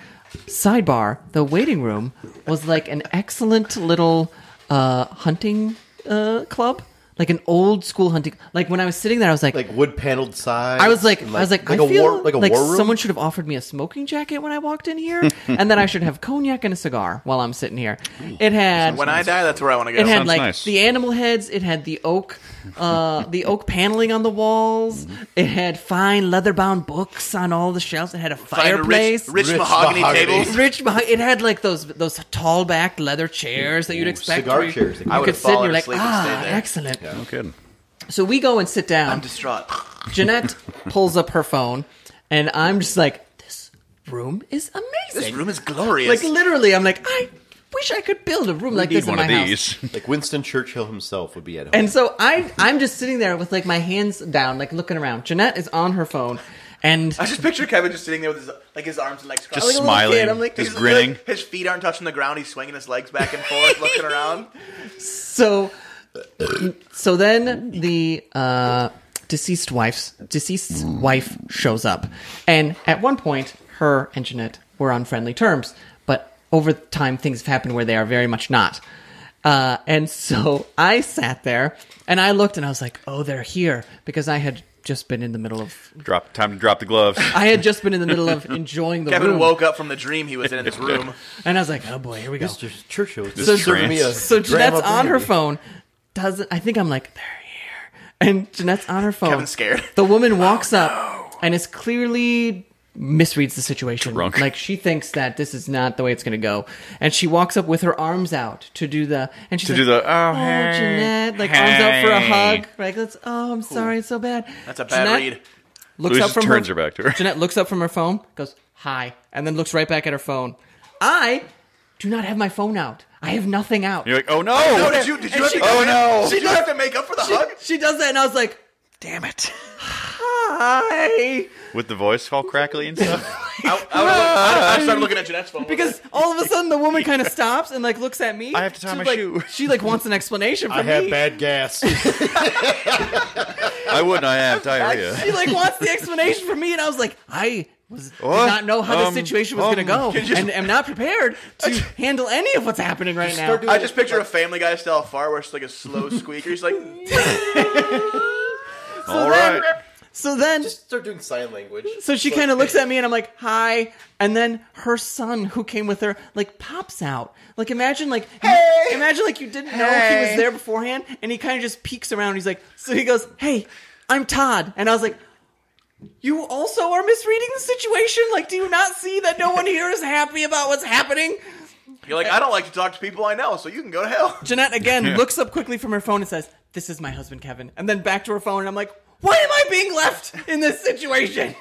A: Sidebar: the waiting room was like an excellent little uh, hunting uh, club, like an old school hunting. Like when I was sitting there, I was like.
G: like wood paneled sides.
A: I was like,
G: and
A: I was like,
G: like
A: I
G: a
A: feel
G: war, like a war room.
A: someone should have offered me a smoking jacket when I walked in here, and then I should have cognac and a cigar while I'm sitting here. It had
C: when I die, that's where I want to go.
A: it had
F: sounds
A: like
F: nice.
A: the animal heads. It had the oak, uh, the oak paneling on the walls. It had fine leather-bound books on all the shelves. It had a
C: Find a
A: fireplace.
C: Rich, rich,
G: Rich
C: mahogany,
G: mahogany.
C: tables.
A: Rich behind. It had like those those tall back leather chairs that you'd expect.
G: cigar
A: where you-
G: chairs.
A: You
G: I
C: would've
A: could sit and
C: fallen
A: you're like,
C: asleep and
A: ah,
C: stayed there."
A: excellent.
F: No kidding.
A: So we go and sit down.
C: I'm distraught.
A: Jeanette pulls up her phone, and I'm just like, this room is
C: This
A: amazing.
C: room is glorious.
A: Like literally, I'm like, I wish I could build a room like
F: Need
A: this in
F: one
A: my
F: of
A: house.
F: these.
G: like Winston Churchill himself would be at home.
A: And so I, I'm just sitting there with like my hands down, like looking around. Jeanette is on her phone, and
C: I just picture Kevin just sitting there with his like his arms and legs crossed.
F: Just
A: like a little
F: smiling,
A: kid, I'm like,
F: just
C: His-
F: grinning.
C: His feet aren't touching the ground. He's swinging his legs back and forth, looking around.
A: so, so then the uh, deceased wife's deceased wife shows up, and at one point, her and Jeanette were on friendly terms, but over time, things have happened where they are very much not. Uh, and so I sat there and I looked and I was like, "Oh, they're here," because I had just been in the middle of
F: Drop time to drop the gloves.
A: I had just been in the middle of enjoying the
C: Kevin
A: room.
C: woke up from the dream he was in in this room.
A: And I was like, oh boy, here we go.
G: Mr. Churchill
F: This
A: So-
F: is trans.
G: me a
A: So Jeanette's
G: grandma
A: on her
G: beer.
A: phone. Doesn't I think I'm like they're here, and Jeanette's on her phone.
C: Kevin's scared.
A: The woman
F: Oh,
A: walks up and is clearly misreads the situation.
F: Drunk.
A: Like she thinks that this is not the way it's going to go, and she walks up with her arms out to do the and she's
F: To
A: like,
F: do the, "Oh,
A: oh
F: hey,
A: Jeanette like arms out for a
F: hey."
A: hug. Like let's oh I'm sorry it's so bad.
C: That's a bad
A: Jeanette
C: read.
A: Looks
F: Louise
A: up
F: just
A: from
F: turns
A: her,
F: her back to her.
A: Jeanette looks up from her phone, goes, hi, and then looks right back at her phone. I do not have my phone out. I have nothing out.
F: You're like, oh no.
C: No, did you? Did you? Have
A: she-
C: to go
F: Oh,
C: in?
F: no.
C: Did you have to make up for the hug?
A: she does that, and I was like, damn it. Hi.
F: With the voice all crackly and stuff.
C: I, I, would've looked- I, I started looking at Jeanette's phone
A: Because all of a sudden the woman kind of stops and like looks at me.
F: I have to tie
A: She's
F: my
A: like,
F: shoe.
A: She like wants an explanation from
G: I have
A: me.
G: bad gas.
F: I wouldn't. I have diarrhea.
A: she like wants the explanation from me, and I was like, I was did
F: What?
A: not know how
F: Um,
A: this situation was going to
F: um,
A: go, and am not prepared to handle any of what's happening right now.
C: I just picture a Family Guy style fart where it's like a slow squeaker. He's like,
F: all right.
A: So then
G: Just start doing sign language.
A: so she kind of looks at me and I'm like, "Hi." And then her son who came with her like pops out. Like imagine like you- imagine like you didn't know he was there beforehand and he kind of just peeks around. he's like, so he goes, "Hey, I'm Todd." And I was like, "You also are misreading the situation? Like do you not see that no one here is happy about what's happening?"
C: You're like, I don't like to talk to people I know, so you can go to hell.
A: Jeanette again looks up quickly from her phone and says, "This is my husband, Kevin." And then back to her phone and I'm like, "Why am I being left in this situation?"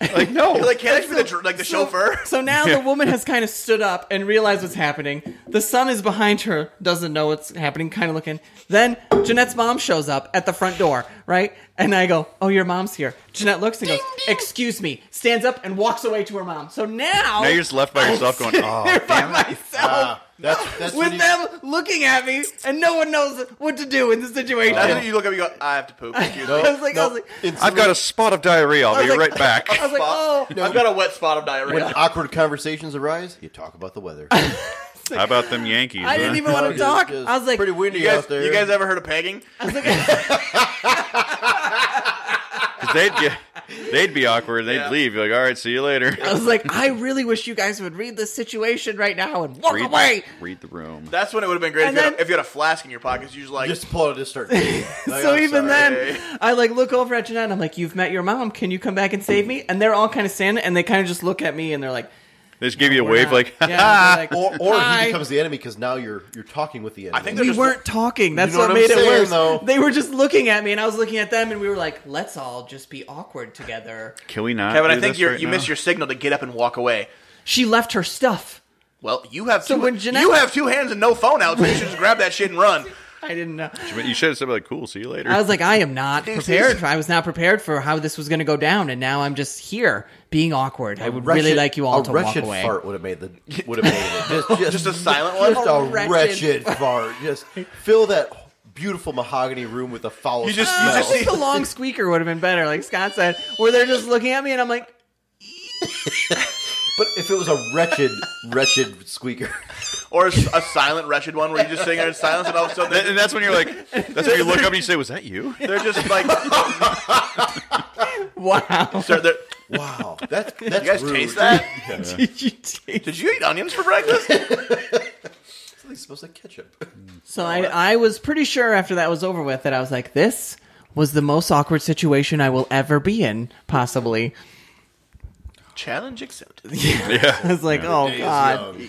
F: Like, no.
C: You're like, can't I just be the dr- like the chauffeur?
A: So now the woman has kind of stood up and realized what's happening. The son is behind her, doesn't know what's happening, kind of looking. Then Jeanette's mom shows up at the front door, right? And I go, Oh, your mom's here. Jeanette looks and goes, Excuse me, stands up and walks away to her mom. So now,
F: now you're just left by yourself going, oh,
A: here by myself
F: Ah,
G: That's, that's
A: with them looking at me, and no one knows what to do in this situation.
C: That's when you look up and you go, I have to poop. Excuse me.
A: I was like, I was like,
F: I've got a spot of diarrhea. I'll be
A: like-
F: right back.
A: I was like, oh,
C: I've got a wet spot of
G: when
C: diarrhea.
G: awkward conversations arise, you talk about the weather.
F: How about them Yankees?
A: I
F: huh?
A: didn't even want to talk. I was like,
G: pretty windy
C: you, guys,
G: out there.
C: you guys ever heard of pegging?
F: they'd get, they'd be awkward. and They'd
C: Yeah.
F: leave. You're like, all right, see you later.
A: I was like, I really wish you guys would read this situation right now and walk
F: Read,
A: away.
F: read the room.
C: That's when it would have been great if,
A: And
C: you had
A: then-
C: a, if you had a flask in your pocket. You just like,
G: just pull out a start. Like,
A: so
G: I'm
A: even
G: sorry.
A: then, I like look over at Jeanette and I'm like, You've met your mom. Can you come back and save me? And they're all kind of standing and they kind of just look at me and they're like,
F: They just give you a
A: "We're
F: wave,
A: not."
F: like,
A: yeah, they're like,
G: or, or
A: "Hi."
G: he becomes the enemy because now you're you're talking with the enemy.
C: I think
A: we
C: just-
A: weren't talking. That's
G: know
A: what,
G: what I'm
A: made it
G: saying,
A: worse.
G: though.
A: They were just looking at me, and I was looking at them, and we were like, "Let's all just be awkward together."
F: can we not?
C: Kevin, I
F: do
C: think
F: this
C: you're,
F: right
C: you
F: now?
C: missed your signal to get up and walk away.
A: She left her stuff.
C: Well, you have
A: So
C: two,
A: when Jeanette-
C: you have two hands and no phone out, so you should just grab that shit and run.
A: I didn't know.
F: But You should have said like, cool, see you later.
A: I was like, I am not prepared. For, I was not prepared for how this was going to go down, and now I'm just here being awkward. I would really
G: Wretched-
A: like you all
G: a
A: to walk
G: wretched
A: away.
G: fart would have made the would have made it just, just,
C: Just a silent one?
G: Just
A: A
G: a
A: wretched
G: wretched fart. Just fill that beautiful mahogany room with a foul.
C: You just- you
A: Uh,
G: smell.
A: I think the long squeaker would have been better, like Scott said, where they're just looking at me, and I'm like,
G: but if it was a wretched, wretched squeaker,
C: Or a, s- a silent, wretched one where you're just sitting there in silence and all of a sudden
F: Th-
C: they're,
F: and that's when you're like, that's when you look up and you say, was that you?
C: they're just like,
A: "Wow,
C: they're, they're,
G: wow, that's that's
C: you guys
G: rude.
C: taste that?
A: did you taste?"
C: Did you eat onions for breakfast?
G: It smells like ketchup.
A: So I, I was pretty sure after that was over with that I was like, "This was the most awkward situation I will ever be in, possibly."
C: Challenge accepted.
A: I was like, "Oh
G: Days
A: God."
G: young.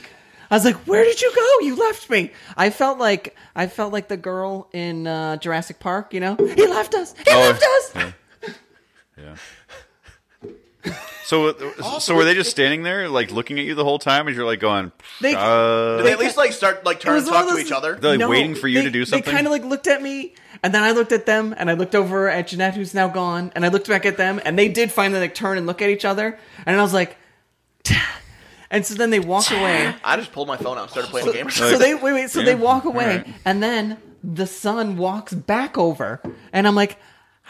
A: I was like, "Where did you go? You left me." I felt like I felt like the girl in uh, Jurassic Park. You know, he left us. He left us.
F: Yeah. So, uh, so were they just standing there, like looking at you the whole time, as you're like going,
A: They-
F: uh,
C: Did they at least like start like
A: It
C: turn
A: was
C: and
A: one
C: talk
A: of
C: to
A: those-
C: each other?
F: They're, like, waiting for you
A: they-
F: to do
A: They
F: something?
A: kind of like looked at me, and then I looked at them, and I looked over at Jeanette, who's now gone, and I looked back at them, and they did finally like turn and look at each other, and I was like, and so then they walk away.
C: I just pulled my phone out and started playing games.
A: So they wait, wait. So they
F: Yeah,
A: walk away,
F: alright.
A: and then the son walks back over, and I'm like,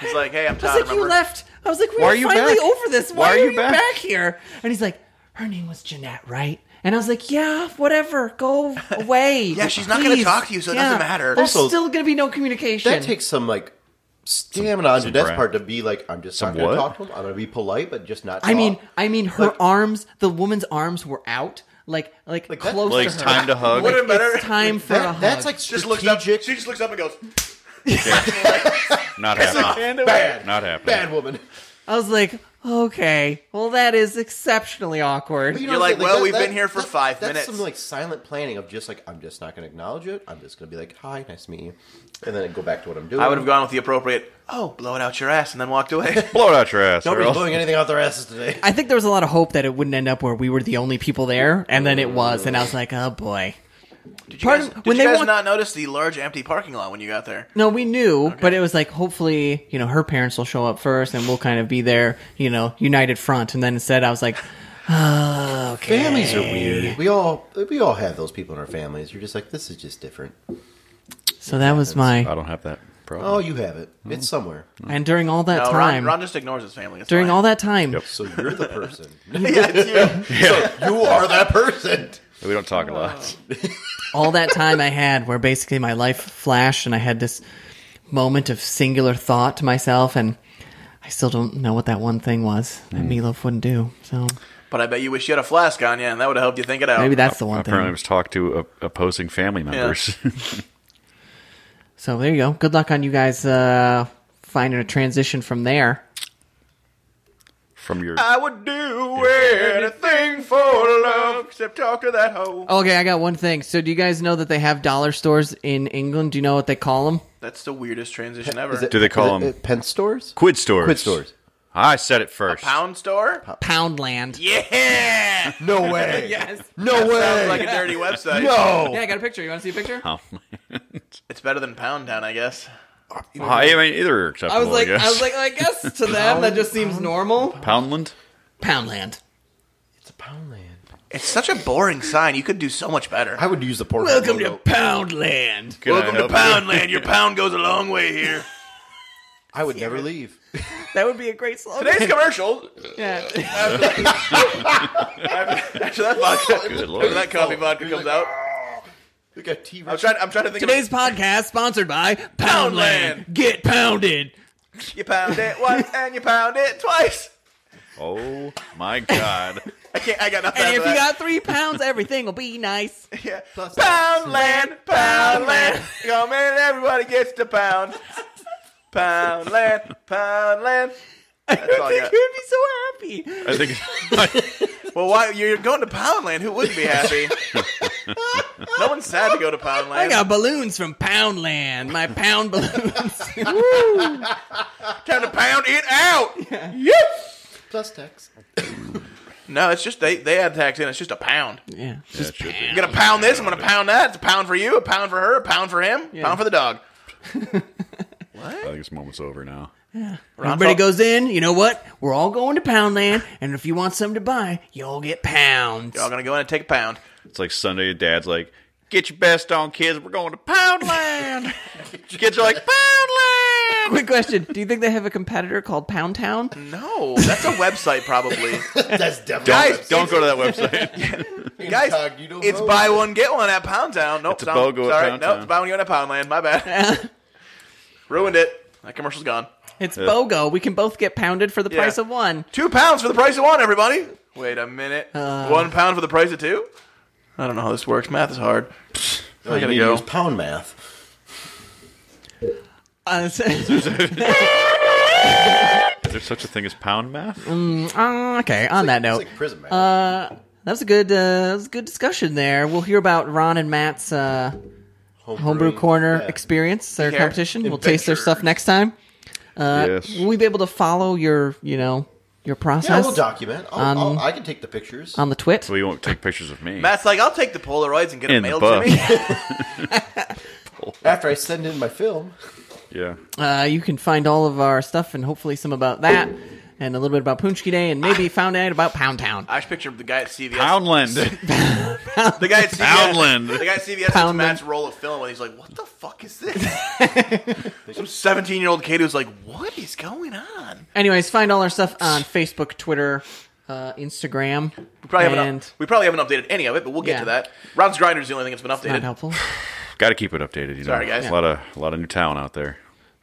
C: He's like, hey, I'm
A: I was
C: Todd,
A: like,
C: remember?
A: you left. I was like, we
F: Why
A: were
F: are you
A: finally
F: back?
A: over this. Why, are, you back? here? And he's like, her name was Jeanette, right? And I was like, yeah, whatever. Go away. yeah,
C: she's not gonna talk to you, so it doesn't matter.
A: There's
G: Also,
A: still going to be no communication.
G: That takes some like stamina on Jeanette's
F: bra-
G: part to be like, I'm just
F: Some
G: not going
F: what?
G: to talk to him. I'm going to be polite, but just not.
A: I mean,
G: talk.
A: I mean, her
G: Like-
A: arms, the woman's arms were out, like, like,
G: Like that-
A: close
F: like
A: to her.
F: time to hug.
C: What a- better-
A: It's time for a
G: that,
A: hug.
G: that's like
C: Just
G: strategic.
C: looks up. She just looks up and goes,
F: Not happening.
G: bad,
F: Not happening.
G: bad woman.
A: I was like, okay, well, that is exceptionally awkward.
G: But
C: You're
G: what I'm
C: like,
G: saying?
C: well, we've been here for five
G: that's
C: minutes.
G: Some like silent planning of just like I'm just not going to acknowledge it. I'm just going to be like, hi, nice to meet you, and then go back to what I'm doing.
C: I would have gone with the appropriate, oh, blow it out your ass, and then walked away.
F: Blow it out your ass,
G: Nobody's
F: girl.
G: blowing anything out their asses today.
A: I think there was a lot of hope that it wouldn't end up where we were the only people there, and then it was, and I was like, oh boy.
C: Did you
A: Pardon-
C: guys, did
A: when
C: you
A: they
C: guys
A: walk-
C: not notice the large empty parking lot when you got there?
A: No, we knew, but it was like hopefully, you know, her parents will show up first, and we'll kind of be there, you know, united front. And then instead, I was like, oh, okay.
G: Families are weird. We all we all have those people in our families. You're just like, this is just different.
A: So that was my.
F: I don't have that
G: Oh,
F: problem.
G: you have it. It's somewhere.
A: And during all that
C: No, Ron,
A: time,
C: Ron just ignores his family. It's
A: during
C: fine.
A: all that time,
G: So you're the person.
C: yeah, it's you.
G: you are that person.
F: we don't talk a lot.
A: all that time I had where basically my life flashed and I had this moment of singular thought to myself and I still don't know what that one thing was that Meatloaf wouldn't do. So
C: But I bet you wish you had a flask on you, and that would have helped you think it out.
A: maybe that's the one
F: Apparently, I
A: thing.
F: was talked to op- opposing family members.
A: So there you go. Good luck on you guys uh, finding a transition from there.
F: from your
C: I would do anything for love except talk to that hoe.
A: Okay, I got one thing. So do you guys know that they have dollar stores in England? Do you know what they call them?
C: That's the weirdest transition ever.
F: Do they call them-
G: uh, pen stores?
F: quid stores.
G: Quid stores.
F: I said it first.
C: Pound store?
A: Uh, Poundland.
C: Yeah!
G: No way.
A: Yes.
G: No way.
C: Sounds like a dirty website.
A: Yeah,
G: no.
A: I got a picture. You want to see a picture?
C: It's better than Pound Town, I guess.
F: I mean, either are
A: I
F: acceptable.
A: was like,
F: guess.
A: I was like, I guess to them that just seems normal.
F: Poundland.
A: Poundland.
G: It's a Poundland.
C: It's such a boring sign. You could do so much better.
G: I would use the pork.
A: Welcome to Poundland.
F: Can I
C: Welcome to
F: help you?
C: Poundland. Your pound goes a long way here.
G: I would never leave.
A: That would be a great slogan.
C: Today's commercial.
A: Yeah.
C: After that vodka,
F: Good
C: after
F: lord.
C: that coffee vodka comes out,
G: Look at T.
C: I'm trying. I'm trying to think.
A: Today's podcast sponsored by Poundland.
C: Poundland.
A: Get pounded.
C: of, you pound it once and you pound it twice.
F: Oh my god.
C: I can't. I got nothing.
A: And
C: after
A: if you
C: that.
A: got three pounds, everything will be nice.
C: Yeah. Poundland, Poundland. Come in, everybody gets to pound. Poundland, Poundland. That's all I
A: You'd
C: got.
A: be so happy.
F: I think
C: Well, why you're going to Poundland? Who wouldn't be happy? no one's sad to go to Poundland.
A: I got balloons from Poundland. My pound balloons.
C: time to pound it out.
G: Plus tax.
C: No, it's just they they add tax in. It's just a pound.
A: yeah.
F: That should be.
C: I'm gonna pound this. I'm gonna pound that. It's a pound for you, a pound for her, a pound for him, a pound for the dog.
F: I think this moment's over now.
A: Everybody goes in. You know what? We're all going to Poundland, and if you want something to buy, you all get pounds.
C: Y'all gonna go in and take a pound.
F: It's like Sunday. Dad's like, "Get your best on, kids. We're going to Poundland." kids are like, "Poundland."
A: Quick question: Do you think they have a competitor called Pound Town?
C: No, that's a website probably.
G: That's definitely.
C: guys,
F: Don't go to that website.
C: guys,
G: Incognito
C: it's
G: mode.
C: buy one get one at Pound Town. Nope,
F: It's a
C: Tom,
F: BOGO at
C: sorry,
F: Pound
C: nope,
F: Town.
C: it's buy one get one at Poundland. My bad. Ruined it. That commercial's gone.
A: It's BOGO. We can both get pounded for the
C: Yeah.
A: price of one.
C: Two pounds for the price of one. Everybody. Wait a minute.
G: Uh.
C: one pound for the price of two. I don't know how this works. Math is hard.
F: Oh,
G: I
C: gotta go.
G: Use pound math.
A: Uh, so-
F: Is there such a thing as pound math?
A: uh, okay. On that
F: Oh.
A: note,
G: It's like prison math.
A: Uh, that was a good. Uh, that was a good discussion there. We'll hear about Ron and Matt's uh, homebrew corner
G: yeah.
A: experience, their
C: Yeah.
A: competition. We'll taste their stuff next time.
F: yes.
A: Will we be able to follow your, you know, your
G: yeah,
A: process
G: we'll document. I'll,
A: Um,
G: I'll, I can take the pictures.
A: on the twit?
F: So you won't take pictures of me.
C: Matt's like, I'll take the Polaroids and get them
F: in the
C: mailed to
F: book.
C: me.
G: After I send in my film,
F: yeah.
A: Uh, you can find all of our stuff and hopefully some about that and a little bit about Punchki Day and maybe found out about Pound Town.
C: I just picture the guy at CVS.
F: Poundland.
C: The guy at CVS.
F: Poundland.
C: The guy at CVS looks at
A: Poundland.
C: Matt's roll of film and he's like, "What the fuck is this?" Some seventeen-year-old kid who's like, "What is going on?"
A: Anyways, find all our stuff on Facebook, Twitter, uh, Instagram.
C: We probably
A: and
C: haven't. We probably haven't updated any of it, but we'll get
A: Yeah.
C: to that. Ron's Grinder's the only thing that's been
A: not
C: updated.
A: helpful.
F: Got to keep it updated. You
C: Sorry,
F: know.
C: guys.
F: A lot of a lot of new talent out there.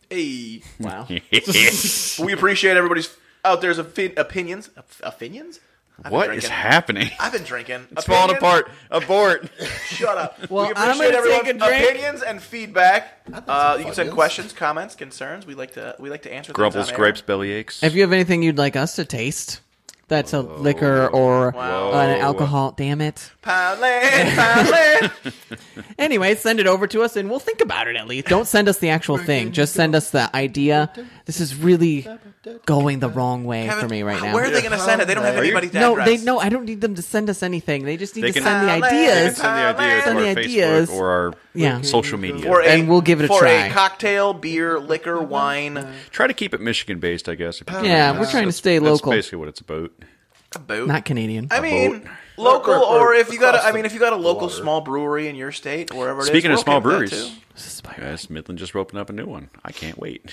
C: Hey,
A: Wow.
C: But we appreciate everybody's out there's opin- opinions. Op- Opinions? I've been
F: what is
C: drinking.
F: happening?
C: I've been drinking.
F: It's falling
C: Opinions?
F: apart. Abort.
C: Shut up.
A: Well,
C: we
A: I'm gonna take
C: appreciate everyone's
A: a drink.
C: opinions and feedback. Uh, you can send
G: fabulous.
C: questions, comments, concerns. We like to we like to answer. things
F: Grumbles,
C: on air.
F: gripes, belly aches.
A: If you have anything you'd like us to taste, that's a liquor or
C: Wow.
A: an
F: Oh.
A: alcohol, damn it.
C: Poundland, Poundland.
A: Anyway, send it over to us and we'll think about it at least. Don't send us the actual thing. Just send us the idea. This is really going the wrong way for me right now.
C: Where are they going to send it? They don't have
F: Are you-
C: anybody's
A: no,
C: address.
A: they no. I don't need them to send us anything. They just need
F: They
A: to
F: can-
A: send the
C: Poundland.
A: ideas.
F: send the ideas
A: Send
F: to
A: the
F: our
A: ideas.
F: Facebook or our
A: Yeah.
F: social media.
C: For a,
A: And we'll give it a
C: for
A: try.
C: a cocktail, beer, liquor, wine,
F: Try to keep it Michigan based, I guess. if you can.
A: Yeah, we're trying to stay
F: That's
A: local,
F: basically what it's about.
C: a boat.
A: not Canadian.
C: I mean,
F: boat.
C: local,
G: Or- or-
C: or if you got, a, I
G: across
C: mean,
G: the
C: if you got a local
G: water.
C: small brewery in your state, wherever. it is,
F: Speaking
C: we're
F: of
C: okay
F: small
C: with that,
F: breweries,
C: too.
A: This is Byron.
F: guys, Midland just opened up a new one. I can't wait.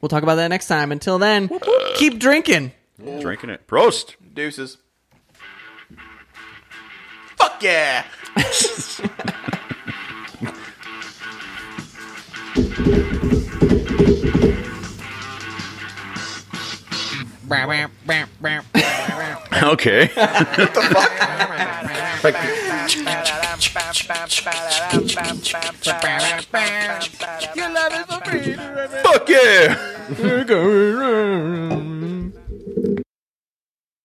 A: we'll talk about that next time. Until then, keep drinking.
F: Drinking it. Prost.
C: deuces. Fuck yeah!
F: Okay.
D: Your love is a
F: Fuck yeah.